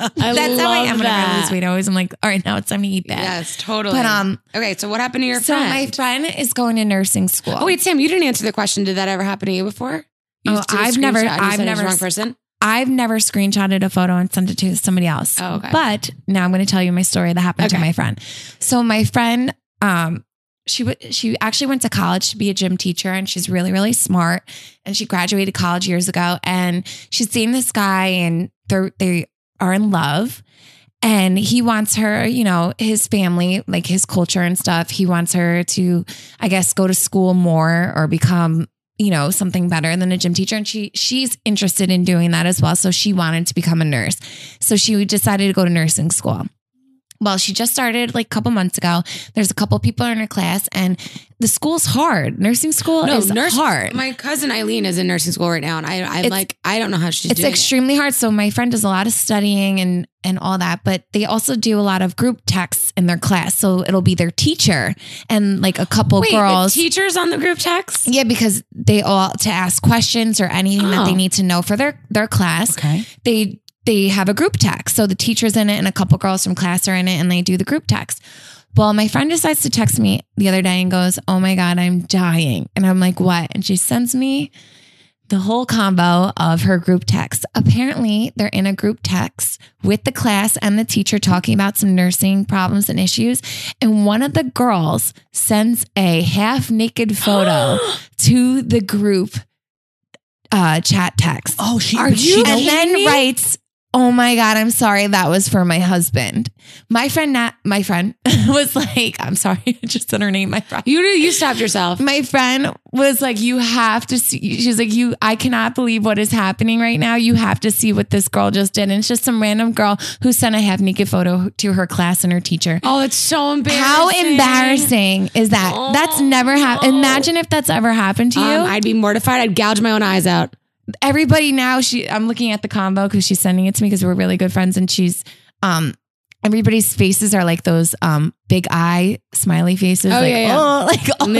love it. I That's love how I am when that. I lose weight. I Always, I'm like, all right, now it's time to eat that. Yes, totally. But, um, okay. So what happened to your So friend? my friend is going to nursing school. oh wait, Sam, you didn't answer the question. Did that ever happen to you before? You Oh, just did a I've never- screenshot and you I've said it was never the wrong s- person. I've never screenshotted a photo and sent it to somebody else. Oh, okay. But now I'm going to tell you my story that happened to Okay. my friend. So my friend, um, she wa- she actually went to college to be a gym teacher and she's really really smart and she graduated college years ago and she's seeing this guy and they they are in love and he wants her you know his family like his culture and stuff he wants her to i guess go to school more or become you know something better than a gym teacher and she she's interested in doing that as well so she wanted to become a nurse so she decided to go to nursing school well, she just started like a couple months ago. There's a couple people in her class, and the school's hard. Nursing school is hard. My cousin Eileen is in nursing school right now, and I, I'm It's- like, I don't know how she's it's doing. it. extremely hard. So my friend does a lot of studying and and all that, but they also do a lot of group texts in their class. So it'll be their teacher and like a couple Wait, girls. the teachers on the group text. yeah, because they all to ask questions or anything that Oh. they need to know for their their class. Okay. they they have a group text. So the teacher's in it and a couple girls from class are in it and they do the group text. Well, my friend decides to text me the other day and goes, Oh my God, I'm dying. And I'm like, What? And she sends me the whole combo of her group text. Apparently, they're in a group text with the class and the teacher talking about some nursing problems and issues. And one of the girls sends a half naked photo to the group uh, chat text Oh, she. Are but she you- knows- and then me? writes, "Oh my god, I'm sorry. That was for my husband. My friend, not my friend, was like, I'm sorry. I just said her name. My friend. You you stopped yourself. My friend was like, you have to see. She's like, you. I cannot believe what is happening right now. You have to see what this girl just did. And it's just some random girl who sent a half naked photo to her class and her teacher. Oh, it's so embarrassing. How embarrassing is that? that's never happened. Oh. Imagine if that's ever happened to you. Um, I'd be mortified. I'd gouge my own eyes out. everybody now she I'm looking at the combo because she's sending it to me because we're really good friends and she's um everybody's faces are like those um big eye smiley faces Oh, like yeah, yeah. oh like awkward.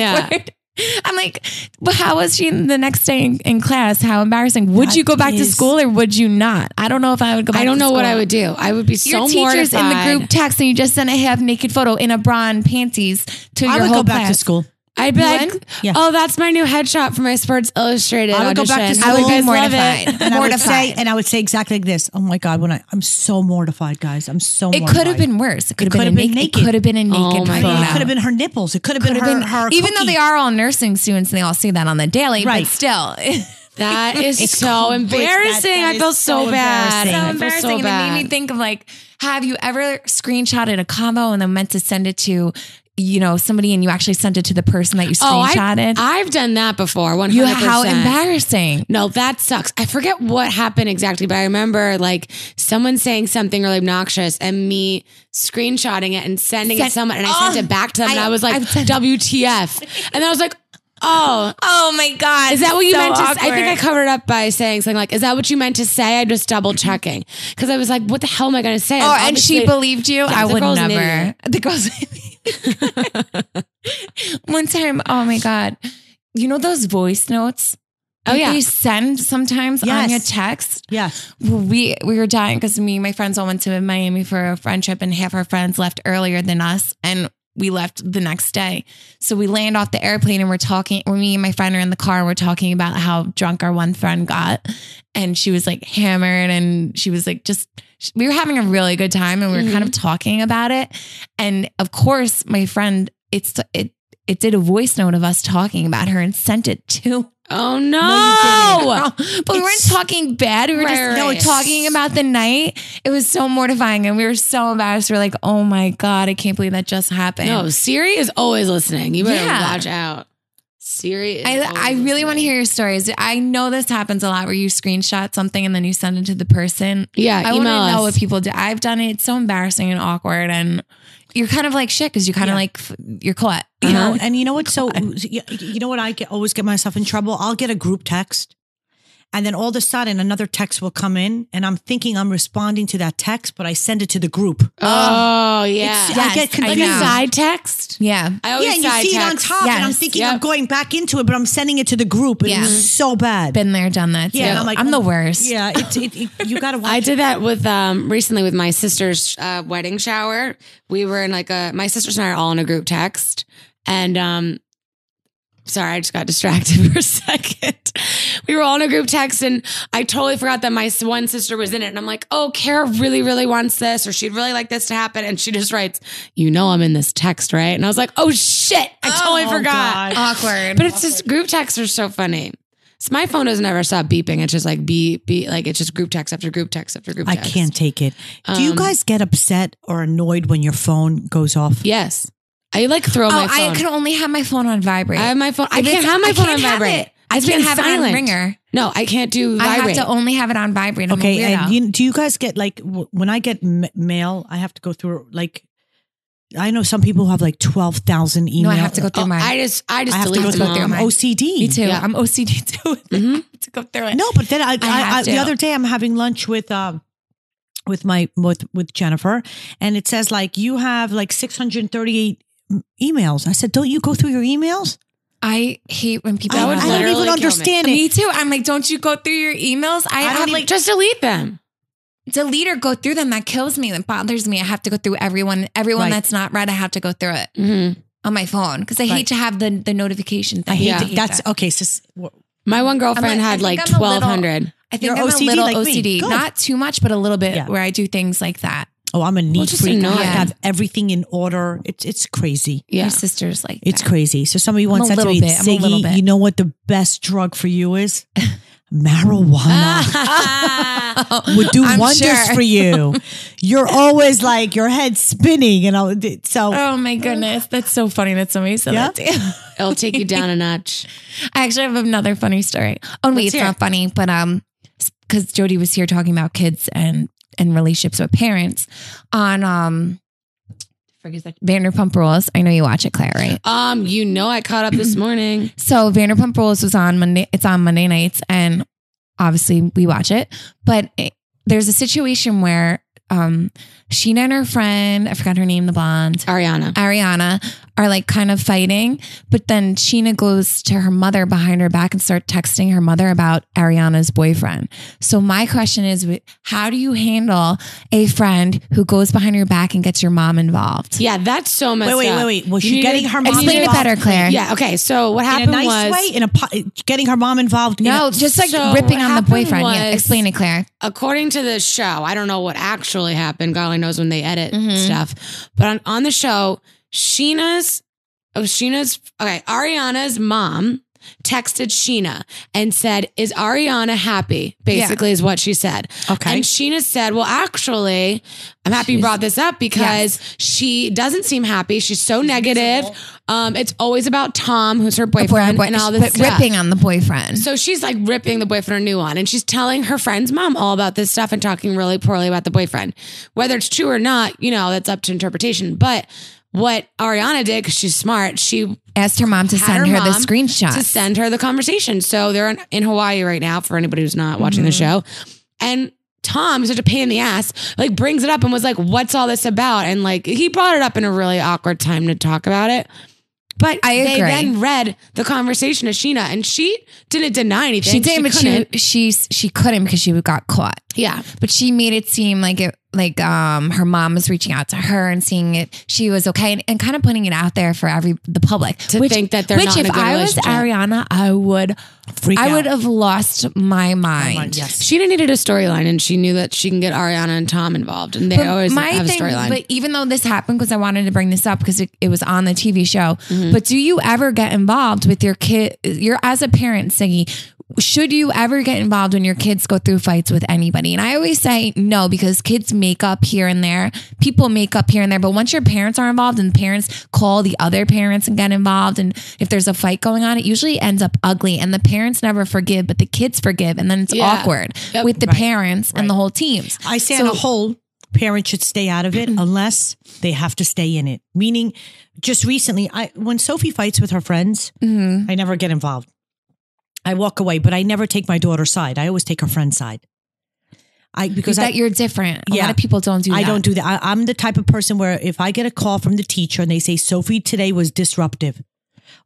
Yeah. I'm like, but how was she the next day in, in class? How embarrassing! Would That you go back to is- school or would you not? I don't know if I would go. back I don't to know what school. I would do. I would be Your so teachers mortified. in the group text and you just sent a half naked photo in a bra and panties to I your would whole go back class. to school. I'd be You like, would? Yeah. oh, that's my new headshot for my Sports Illustrated. I would go back to audition. school. I would You be guys love it. mortified. And I would mortified. say, and I would say exactly like this. Oh my god, when I, I'm so mortified, guys. I'm so. it mortified. could have been worse. It could have could been, a have been naked. naked. It could have been a naked. Oh my photo. God. It could have been her nipples. It could have been could her. have been her even though cookie. they are all nursing students and they all see that on the daily Right. but still That is It's so cold. embarrassing. That- I that is feel so so, bad. I embarrassing. so feel embarrassing and it made me bad. think of like have you ever screenshotted a combo and then meant to send it to you know somebody and you actually sent it to the person that you Oh, I- screenshotted I've done that before. 100%. you how embarrassing No, that sucks. I forget what happened exactly, but I remember like someone saying something really obnoxious and me screenshotting it and sending it Sent- to someone and I Oh, sent it back to them and I- I was like, I've sent- WTF. And I was like, oh, oh my god is that what you so meant to awkward. I think I covered it up by saying something like, is that what you meant to say? I just double checking. Cause I was like, what the hell am I going to say? Oh, and she Obviously- believed you. I the would girl's an never. idiot. The girl's One time, oh my God. You know those voice notes? Oh, that yeah. They send sometimes on Yes. your text. Yes. We we were dying because me and my friends all went to Miami for a friend trip and half our friends left earlier than us and we left the next day. So we land off the airplane and we're talking or me and my friend are in the car and we're talking about how drunk our one friend got and she was like hammered and she was like just we were having a really good time and we were kind of talking about it and of course my friend it's it it did a voice note of us talking about her and sent it to Oh no. Girl. But we weren't talking bad. We were Right, just right. talking about the night. It was so mortifying and we were so embarrassed. We are like, oh my God, I can't believe that just happened. No, Siri is always listening. You better Yeah. watch out. Siri is I, always I really want to listening. hear your stories. I know this happens a lot where you screenshot something and then you send it to the person. Yeah, I want Uh, email to us. know what people do. I've done it. It's so embarrassing and awkward. And you're kind of like shit because you kind of Yeah. like, f- you're caught. You you Uh-huh. know? know, and you know what? So you you know what? I get, always get myself in trouble. I'll get a group text, and then all of a sudden another text will come in, and I'm thinking I'm responding to that text, but I send it to the group. Oh yeah, It's- Yes, I get I confused. know. side text. Yeah. I yeah, always and you Oh, side see text. it on top, and I'm Yes. thinking I'm Yep. going back into it, but I'm sending it to the group. and Yeah. It's so bad. Been there, done that. yeah, too. and I'm like the oh, worst. Yeah, it, it, it- you got to watch. I did that with um recently with my sister's uh, wedding shower. We were in like a my sisters and I are all in a group text, and um Sorry, I just got distracted for a second. We were all in a group text and I totally forgot that my s- one sister was in it. And I'm like, oh, Kara really, really wants this, or she'd really like this to happen. And she just writes, you know, I'm in this text, right? And I was like, oh, shit. I totally forgot. Awkward. But it's just group texts are so funny. So my phone doesn't ever stop beeping. It's just like beep, beep. Like it's just group text after group text after group I text. can't take it. Do you guys get upset or annoyed when your phone goes off? Yes. I like throw oh, my I phone. can only have my phone on vibrate. I have my phone. I If can't it's- have my I phone can't on have vibrate. it. I It's can't been have it on silent. ringer. No, I can't do I have vibrate. to only have it on vibrate. I'm Okay, a weirdo. and you, do you guys get like w- when I get m- mail, I have to go through like I know some people have like twelve thousand emails. no, I have to go through Oh, mine. I just, I just I have to delete go them through all. through them. mine. OCD. Me too. Yeah. I'm OCD too. Mhm. I have to go through it. Mm-hmm. No, but then I, I, have I, the to. other day I'm having lunch with um with my with with Jennifer, and it says like you have like 638 m- emails. I said, don't you go through your emails? I hate when people. I, would I don't literally kill even me. understand it. me too. I'm like, don't you go through your emails? I, I don't have even- like Just delete them. delete or go through them. That kills me. That bothers me. I have to go through everyone. Everyone Right. Mm-hmm. that's not read, I have to go through it Mhm. on my phone because I Right. hate to have the the notification. Thing. I hate Yeah. that. That's that. okay. So s- wh- My one I'm girlfriend like- I had think I'm like a little- 1,200. I think You're I'm OCD a little like me. OCD, Good. not too much, but a little bit Yeah. where I do things like that. oh, I'm a neat just freak. I annoying. have everything in order. It's it's crazy. Your Yeah. sister's like It's that. crazy. So somebody once a said to little me, bit. I'm a little Ziggy, bit. you know what the best drug for you is? Marijuana would do Ah. I'm wonders sure. for you. You're always like your head spinning, and all, so Oh my goodness, that's so funny that somebody said Yeah. that. To you. It'll take you down a notch. I actually have another funny story. Oh wait, Let's it's hear not it. funny, but um, because Jody was here talking about kids and and relationships with parents on um, forget that Vanderpump Rules. I know you watch it, Claire, right? Um, you know, I caught up this morning. So Vanderpump Rules was on Monday. It's on Monday nights, and obviously we watch it. But it, there's a situation where um, Sheena and her friend, I forgot her name, the blonde. Ariana. Ariana are like kind of fighting, but then Sheena goes to her mother behind her back and start texting her mother about Ariana's boyfriend. So my question is, how do you handle a friend who goes behind your back and gets your mom involved? Yeah, that's so messed Wait, up. wait, wait, wait. Was You she need getting to- her mom Explain it involved? better, Claire. Yeah. Okay. So what in a happened nice was way, in a po- getting her mom involved. in a- No, just like So ripping what on the happened boyfriend. yeah, was- explain it, Claire. according to the show, I don't know what actually happened. God only knows when they edit Mhm. stuff. But on, on the show, Sheena's, oh, Sheena's, okay, Ariana's mom texted Sheena and said, Is Ariana happy? Basically, is what she said. Okay. And Sheena said, Well, actually, I'm happy you brought this up because she doesn't seem happy. She's so negative. Um, it's always about Tom, who's her boyfriend, Boy- and all this but stuff. ripping on the boyfriend. So she's like ripping the boyfriend a new one, and she's telling her friend's mom all about this stuff and talking really poorly about the boyfriend. Whether it's true or not, you know, that's up to interpretation. But what Ariana did, because she's smart, she Asked her mom to had send her, the mom screenshot. to send her the conversation. So they're in, in Hawaii right now for anybody who's not watching the Mm-hmm. show. And Tom, who's such a pain in the ass, like brings it up and was like, What's all this about? And like he brought it up in a really awkward time to talk about it. But I they agree. then read the conversation to Sheena and she didn't deny anything. she did, but couldn't. she she she couldn't because she got caught. Yeah. but she made it seem like it like um her mom was reaching out to her and seeing it she was okay and, and kind of putting it out there for every the public To think that they're which not in if a good I was relationship. Ariana I would freak I out. would have lost Oh my mind yes. Sheena needed a storyline and she knew that she can get Ariana and Tom involved. And they But always have a storyline. but even though this happened because I wanted to bring this up because it, it was on the TV show. Mm-hmm. But do you ever get involved with your kid? You're as a parent, Siggy. Should you ever get involved when your kids go through fights with anybody? And I always say no because kids make up here and there. People make up here and there. But once your parents are involved and parents call the other parents and get involved, and if there's a fight going on, it usually ends up ugly. And the parents never forgive, but the kids forgive. And then it's Yeah. awkward Yep. with the Right. parents and the whole teams. I say on a whole, parents should stay out of it Mm-hmm. unless they have to stay in it. Meaning, just recently, I when Sophie fights with her friends, Mm-hmm. Mhm. I never get involved. I walk away, but I never take my daughter's side. I always take her friend's side. I because because I, that you're different. A Yeah. lot of people don't do that. I don't do that. I, I'm the type of person where if I get a call from the teacher and they say Sophie today was disruptive,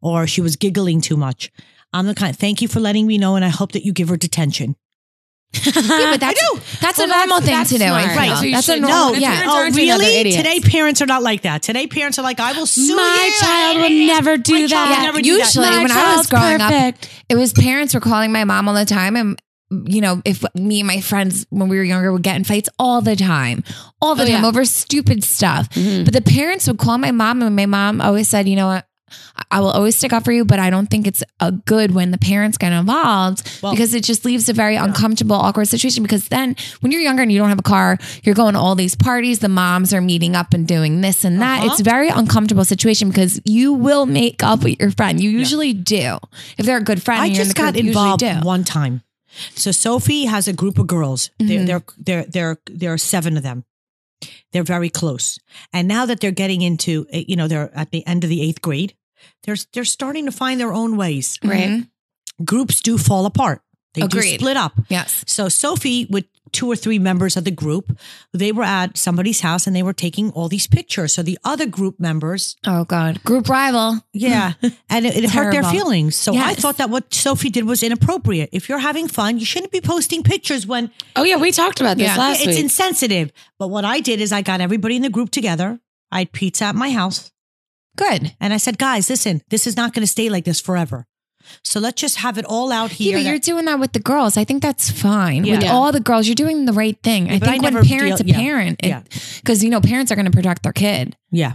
or she was giggling too much, I'm the kind. Thank you for letting me know, and I hope that you give her detention. Yeah, but that's, that's a Well, that's- normal thing that's to do. I smart. feel. Right. So you That's a should normal. know. If Yeah. you're- Oh, turns into another really? idiot. Today parents are not like that. Today parents are like, I will sue My you. child will never do My child that. will Yeah, never do that. usually My when I was child's growing perfect. up, it was parents were calling my mom all the time, and you know, if me and my friends when we were younger would get in fights all the time, all the Oh, time yeah. over stupid stuff. Mhm. But the parents would call my mom, and my mom always said, "You know what." I- I will always stick up for you, but I don't think it's a good when the parents get involved Well- because it just leaves a very uncomfortable, awkward situation. Because then, when you're younger and you don't have a car, you're going to all these parties. The moms are meeting up and doing this and that. Uh-huh. It's a very uncomfortable situation because you will make up with your friend. You usually do if they're a good friend. I and you're in just the got group, you involved Usually do. one time. So Sophie has a group of girls. They're, Mhm. they're they're they're there are seven of them. They're very close, and now that they're getting into uh, you know they're at the end of the eighth grade, they're they're starting to find their own ways. Right. Mhm. Groups do fall apart. They do Agreed. split up. Yes. So Sophie with two or three members of the group, they were at somebody's house and they were taking all these pictures. So the other group members Oh God. Group rival. yeah. Mm. And it, it hurt their Terrible. feelings. So I Yes. thought that what Sophie did was inappropriate. If you're having fun, you shouldn't be posting pictures when Oh yeah, we talked about this Yeah. last it's week. insensitive. But what I did is I got everybody in the group together. I had pizza at my house. Good. And I said, guys, listen, this is not going to stay like this forever. So let's just have it all out Yeah, here. but that- you're doing that with the girls. I think that's fine. With Yeah. all the girls, you're doing the right thing. I but I think when never parents deal- a yeah. parent, Yeah. because you know parents are going to protect their kid. yeah.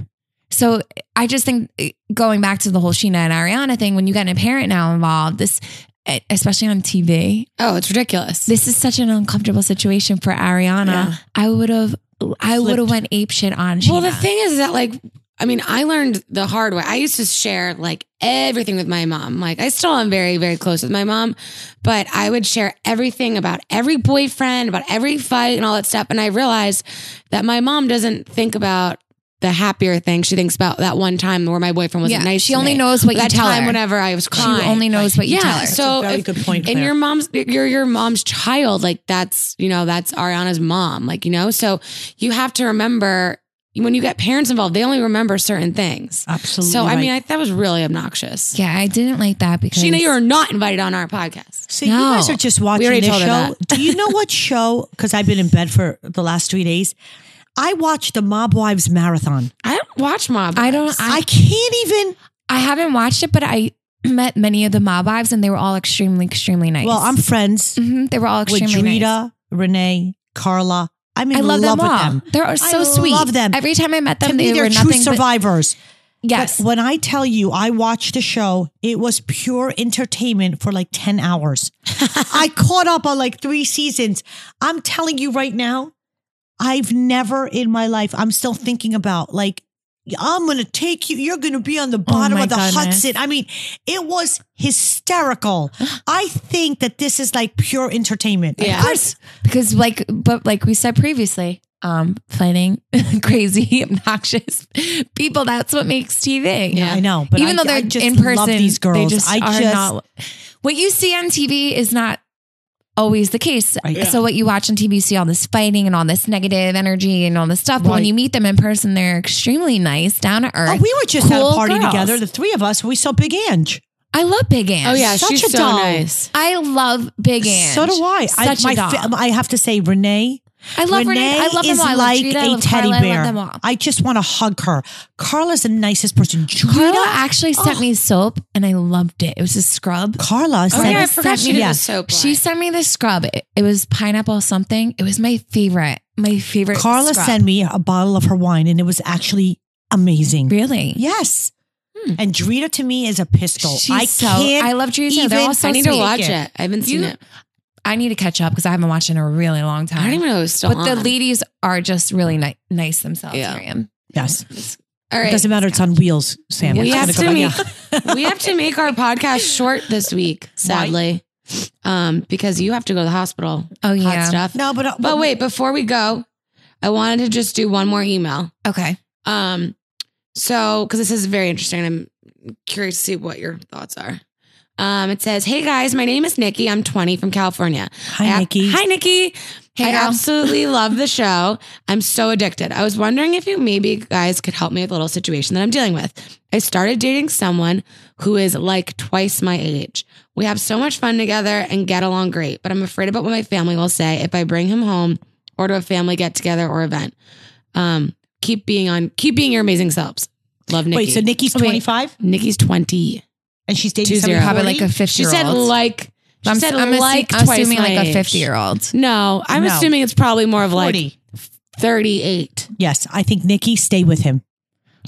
So I just think eh, going back to the whole Sheena and Ariana thing, when you get a parent now involved, this eh, especially on TV, oh, it's ridiculous. this is such an uncomfortable situation for Ariana. Yeah. I would have, I would have went ape shit on Sheena. Well, the thing is that like I mean, I learned the hard way. I used to share like everything with my mom. Like I still am very very close with my mom, but I would share everything about every boyfriend, about every fight and all that stuff and I realized that my mom doesn't think about the happier thing. She thinks about that one time where my boyfriend wasn't yeah, nice. she to only me. knows what you that tell time her. whenever I was she crying. only knows what you yeah, tell her. so Very Oh, if- good point. and Claire. your mom's you're your mom's child like that's you know that's ariana's mom like you know so you have to remember when you get parents involved they only remember certain things absolutely. so i mean right. I, that was really obnoxious yeah, I didn't like that because sheena you're not invited on our podcast So you guys No. are just watching already this told her show. Do you know what show? Because I've been in bed for the last three days. I watched the Mob Wives marathon. i don't watch mob I don't. Wives. I I can't even. I haven't watched it, but I met many of the mob wives, and they were all extremely, extremely nice. Well, I'm friends Mhm, they were all with extremely nice. Drita, Renee, Carla. I'm in I love, them with all. them. They're so I sweet. love them. Every time I met them, To me, they they're were true nothing but survivors. But yes. when I tell you I watched the show, it was pure entertainment for like 10 hours. I caught up on like three seasons. I'm telling you right now, I've never in my life, I'm still thinking about like, I'm going to take you, you're going to be on the bottom Oh my of the goodness. Hudson. I mean, it was hysterical. I think that this is like pure entertainment. Yeah. Of course, because like, but like we said previously, um, fighting crazy, obnoxious people. That's what makes TV. Yeah. I know, but Even I- though they're I just in love person, these girls. they just I are just- not. What you see on TV is not always the case. Right. Yeah. So what you watch on TV, you see all this fighting and all this negative energy and all this stuff. But when Right. you meet them in person, they're extremely nice, down to Oh, earth. we were just at cool a party girls. together, the three of us. We saw Big Ange. I love Big Ange. oh yeah Such she's a so doll. nice I love Big Ange. So do I. Such I, a doll. fa- I have to say, Renee. I love Renee. I love them is all. I love like Drita. I a love teddy Carla. I love bear. them all. just want to hug her. Carla's the nicest person. Drita- Carla actually sent me soap and I loved it. It was a scrub. Carla oh said, yeah i Sent forgot she me- did yeah. the soap line. She sent me this scrub. It, it was pineapple something. It was my favorite. My favorite. Carla scrub. sent me a bottle of her wine, and it was actually amazing. Really? Hmm. Yes. And Drita to me is a pistol. She's I so- can't. I love Drita. They're even- all so i need to sweet. watch it. i haven't seen You- it I need to catch up because I haven't watched it in a really long time. i don't even know it was still But the on. ladies are just really ni- nice themselves, Yeah. Miriam. yes. all It right doesn't matter. It's on wheels, Sam. We It's have, gonna go to back- make, Yeah. we have to make our podcast short this week, sadly, um, because you have to go to the hospital. Oh, Hot yeah. stuff. No, but, uh, But wait, before we go, I wanted to just do one more email. Okay. Um, so because this is very interesting, I'm curious to see what your thoughts are. Um, it says, Hey guys, my name is Nikki. I'm 20 from California. Hi, I- Nikki. Hi, Nikki. Hey, I girl. absolutely love the show. I'm so addicted. I was wondering if you maybe guys could help me with a little situation that I'm dealing with. I started dating someone who is like twice my age. We have so much fun together and get along great, but I'm afraid about what my family will say if I bring him home or to a family get together or event. Um, keep being on, keep being your amazing selves. Love Nikki. Wait, so Nikki's Wait. 25 Nikki's 20. and she's dating Two somebody zero. probably like a forty? 50 She year said old. like. She I'm, said I'm assu- like I'm twice assuming my like a age. 50 year old. No, I'm No. assuming it's probably more of like 40. 38. Yes, I think Nikki stay with him.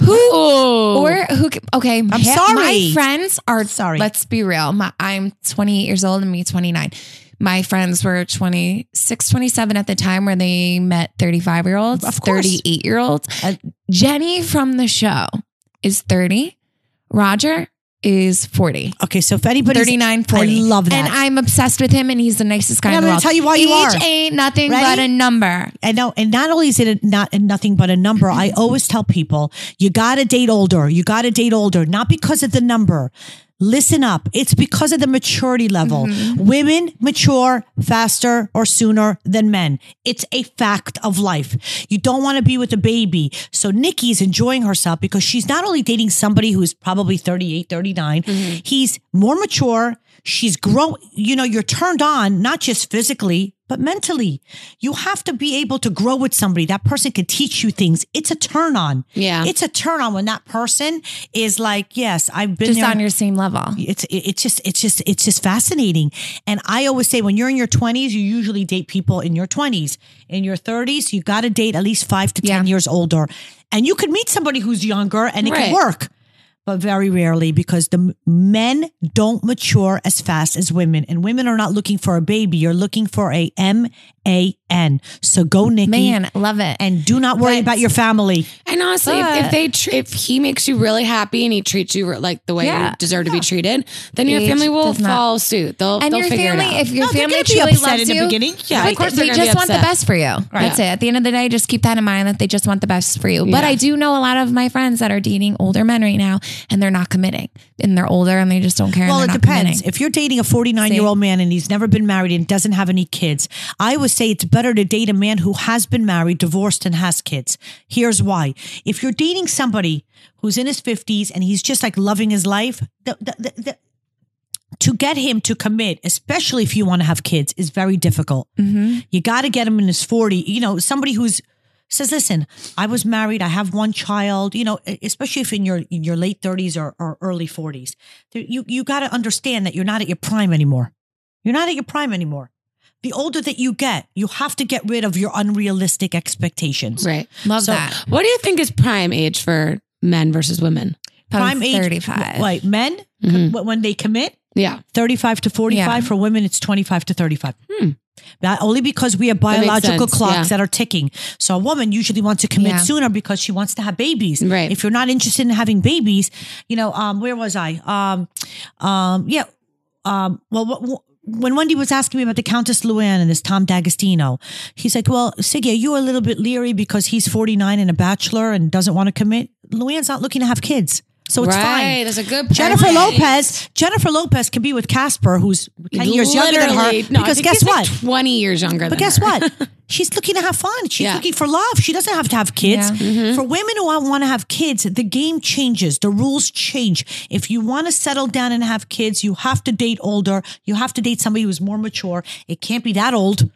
Who? Ooh. Or who? c- Okay, I'm My Oh. sorry. friends are Sorry. Let's be real. My, I'm 28 years old and me 29. My friends were 26, 27 at the time where they met 35 year olds, Of course. Uh, 38 year olds. And- Jenny from the show is 30. Roger is 40. Okay, so if anybody 39, 40. I love that. And I'm obsessed with him and he's the nicest guy And in I'm the gonna world. tell you why you Age are. ain't nothing Ready? but a number. And no, and not only is it a, not a nothing but a number. I always tell people you got to date older. You got to date older, not because of the number. Listen up. It's because of the maturity level. Women mature faster or sooner than men. It's a fact of life. You don't want to be with a baby. So Nikki is enjoying herself because she's not only dating somebody who's probably 38, 39, he's more mature. She's growing, you know, you're turned on, not just physically, but mentally. You have to be able to grow with somebody. That person can teach you things. It's a turn on. Yeah. It's a turn on when that person is like, yes, I've been Just there on your same level. it's it- it's just it's just it's just fascinating and i always say when you're in your 20s you usually date people in your 20s in your 30s you got to date at least 5 to 10 Yeah. years older and you could meet somebody who's younger and it Right. could work but very rarely because the m- men don't mature as fast as women and women are not looking for a baby you're looking for a m a n so go nikki Man, love it. and do not worry But- about your family and honestly, if, if But- they tr- if he makes you really happy and he treats you re- like the way Yeah. you deserve to be treated, then your Age family will does not- follow suit. They'll and they'll your figure it family, out. if your No, they're family gonna be truly upset loves in the you, beginning. Yeah, but of course they they're gonna just be want the upset. best for you. That's it. At the end of the day, just keep that in mind that they just want the best for you. But Yeah. I do know a lot of my friends that are dating older men right now, and they're not committing, and they're older, and they just don't care. and Well, it they're not depends. committing. If you're dating a 49 year old man and he's never been married and doesn't have any kids, I would say it's better to date a man who has been married, divorced, and has kids. Here's why. If you're dating somebody who's in his 50s and he's just like loving his life, the, the, the, the, to get him to commit, especially if you want to have kids, is very difficult. Mm-hmm. You got to get him in his 40, you know, somebody who's says, listen, I was married. I have one child, you know, e, especially if in your, in your late thirties or, or early forties, you, you got to understand that you're not at your prime anymore. You're not at your prime anymore. The older that you get, you have to get rid of your unrealistic expectations. right. Love So- that. What do you think is prime age for men versus women? Probably Prime age, 35. Like men, Mhm. wh- when they commit, Yeah. 35 to 45 Yeah. for women it's 25 to 35 Hmm. That only because we have makes biological sense, clocks yeah. that are ticking. So a woman usually wants to commit Yeah. sooner because she wants to have babies. Right. If you're not interested in having babies, you know, um, where was I? Um, um, yeah. Um, well, what, what- when Wendy was asking me about the Countess Luann and this Tom D'Agostino, he's like, well, Siggy, are you a little bit leery because he's 49 and a bachelor and doesn't want to commit? Luann's not looking to have kids. So it's right. fine. That's a good point. Jennifer Lopez. Jennifer Lopez can be with Casper, who's ten years younger than her. Literally. No, I because think guess he's like what? 20 years younger But than guess her. what? She's looking to have fun. She's Yeah. Mm-hmm. looking for love. She doesn't have to have kids. Yeah. For women who want to have kids, the game changes. The rules change. If you want to settle down and have kids, you have to date older. You have to date somebody who's more mature. It can't be that old.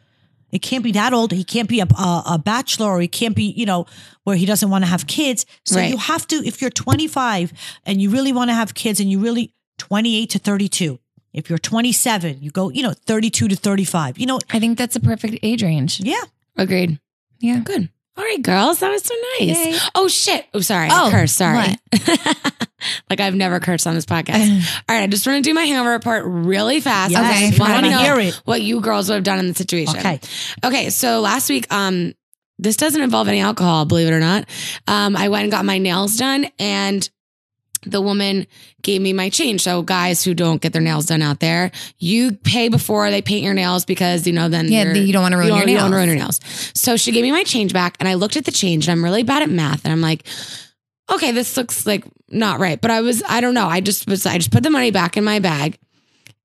It can't be that old. He can't be a, a, a bachelor or he can't be, you know, where he doesn't want to have kids. So Right. you have to, if you're 25 and you really want to have kids and you really 28 to 32, if you're 27, you go, you know, 32 to 35, you know, I think that's a perfect age range. yeah. Agreed. Yeah. Good. All right, girls. That was so nice. Yay. Oh shit. Oh sorry. Oh, I cursed. Sorry. like I've never cursed on this podcast. All right, I just want to do my hangover report really fast. Yes, I Okay. just we want to wanna know hear it. what you girls would have done in the situation. Okay. Okay. So last week, um, this doesn't involve any alcohol, believe it or not. Um, I went and got my nails done and the woman gave me my change. So guys who don't get their nails done out there, you pay before they paint your nails because you know then Yeah, you're- you don't wanna ruin you your you don't nails. ruin your nails. So she gave me my change back, and I looked at the change, and I'm really bad at math, and I'm like, okay, this looks like not right. But I was, I don't know, I just was, I just put the money back in my bag,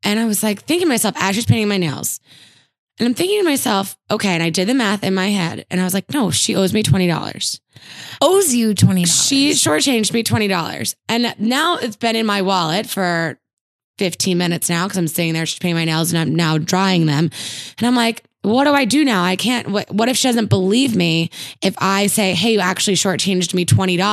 And I was like thinking to myself as she's painting my nails. And I'm thinking to myself, okay, and I did the math in my head. And I was like, no, she owes me $20. Owes you twenty dollars. She shortchanged me $20. And now it's been in my wallet for 15 minutes now because I'm sitting there, she's painting my nails and I'm now drying them. And I'm like, what do I do now? I can't. What, what if she doesn't believe me if I say, hey, you actually shortchanged me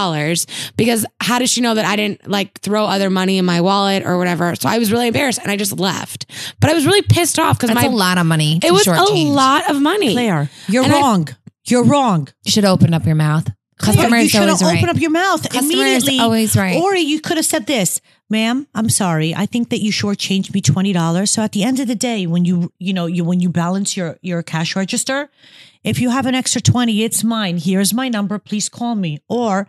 $20? Because how does she know that I didn't like throw other money in my wallet or whatever? So I was really embarrassed and I just left. But I was really pissed off because That's my. a lot of money. to It was a shortchange. lot of money. Claire, you're And I- wrong. you're wrong. You should open up your mouth. Customer Claire, you is should have always opened right. up your mouth Customer is immediately. always right. Or you could have said this, ma'am, I'm sorry. I think that you shortchanged me twenty dollars. So at the end of the day, when you you know, you when you balance your your cash register, if you have an extra twenty, it's mine. Here's my number. Please call me. Or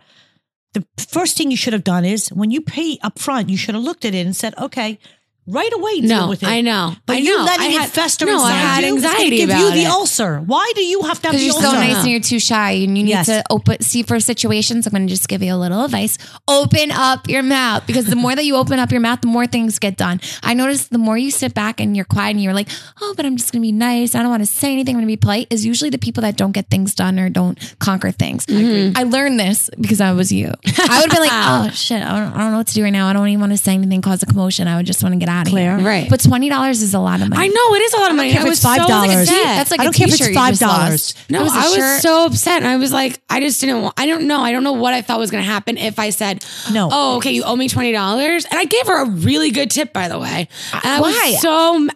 the first thing you should have done is when you pay up front, you should have looked at it and said, Okay, right away deal No, with it. I know. But I you know. letting I it had- fester no, I inside had you, it's gonna anxiety give you about the it. ulcer. Why do you have to have Because the you're ulcer? so nice and you're too shy and you need Yes. to open see for situations. I'm gonna just give you a little advice. Open up your mouth. Because the more that you open up your mouth, the more things get done. I noticed the more you sit back and you're quiet and you're like, oh, but I'm just gonna be nice. I don't wanna say anything, I'm gonna be polite, is usually the people that don't get things done or don't conquer things. I learned this because I was you. I would have been like, oh shit, I don't, I don't know what to do right now. I don't even wanna say anything, cause a commotion. I would just wanna get out of here. Right. But twenty dollars is a lot of money. I know it is a lot of money. care if I it's was so $5. upset. That's like I a don't care if it's t-shirt you just $5. lost. no, That was a I was shirt. so upset, and I was like, I just didn't. Want, I don't know. I don't know what I thought was going to happen if I said, No. Oh, okay, you owe me twenty dollars, and I gave her a really good tip, by the way. And I Why? was so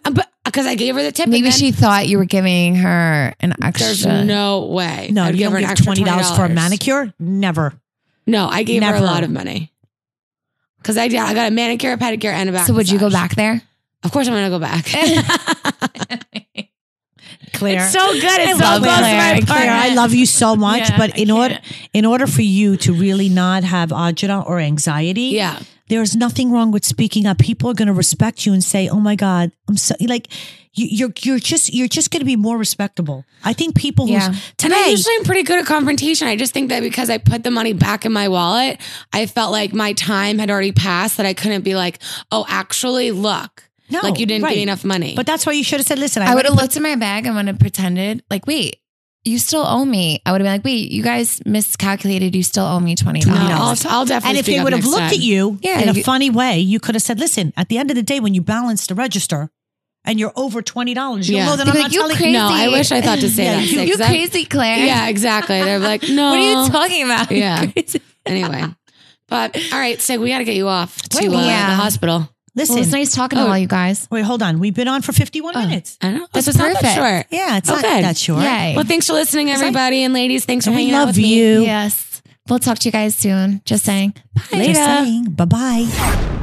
because I gave her the tip. and Maybe then she thought you were giving her an There's extra. no way. No, I'd you give don't her an give extra twenty dollars for a $20. manicure. Never. No, I gave her Never. a lot of money because I yeah, I got a manicure, a pedicure, and a back. so would you go massage. back there? Of course, I'm going to go back. Claire. It's so good. It's so love close to my Claire. apartment. Claire, I love you so much, Yeah, but I in order in order for you to really not have agita or anxiety, Yeah. there's nothing wrong with speaking up. People are going to respect you and say, "Oh my God, I'm so like you, you're you're just you're just going to be more respectable." I think people who Yeah. And I today usually am pretty good at confrontation. I just think that because I put the money back in my wallet, I felt like my time had already passed that I couldn't be like, oh, actually, look, No, like you didn't right. give me enough money. but that's why you should have said, "Listen, I would have looked in my bag and would have pretended like, wait, you still owe me. I would have been like, wait, you guys miscalculated. You still owe me twenty no, I'll, dollars. I'll definitely. And if speak they up would have next looked time. at you Yeah, in a you- funny way, you could have said, "Listen, at the end of the day, when you balance the register and you're over twenty dollars, you Yeah. know that They'd I'm be not like, "You telling crazy. no, I wish I thought to say Yeah, that. you- today, You 'cause I'm- crazy, eh? Claire? Yeah, exactly. They're like, no. What are you talking about? You Yeah. crazy. Anyway, but all right, so we got to get you off to Wait, uh, yeah. the hospital. Well, it's Listen, nice talking to all you guys. wait, hold on. We've been on for fifty-one Oh. minutes. Oh, I know That's this is not that perfect. short. Yeah, Oh, it's not Okay. that short. Yay. Well, thanks for listening, everybody, and ladies. Thanks for And we hanging out love with me. you. yes, we'll talk to you guys soon. Just saying. Bye. Later. Bye bye.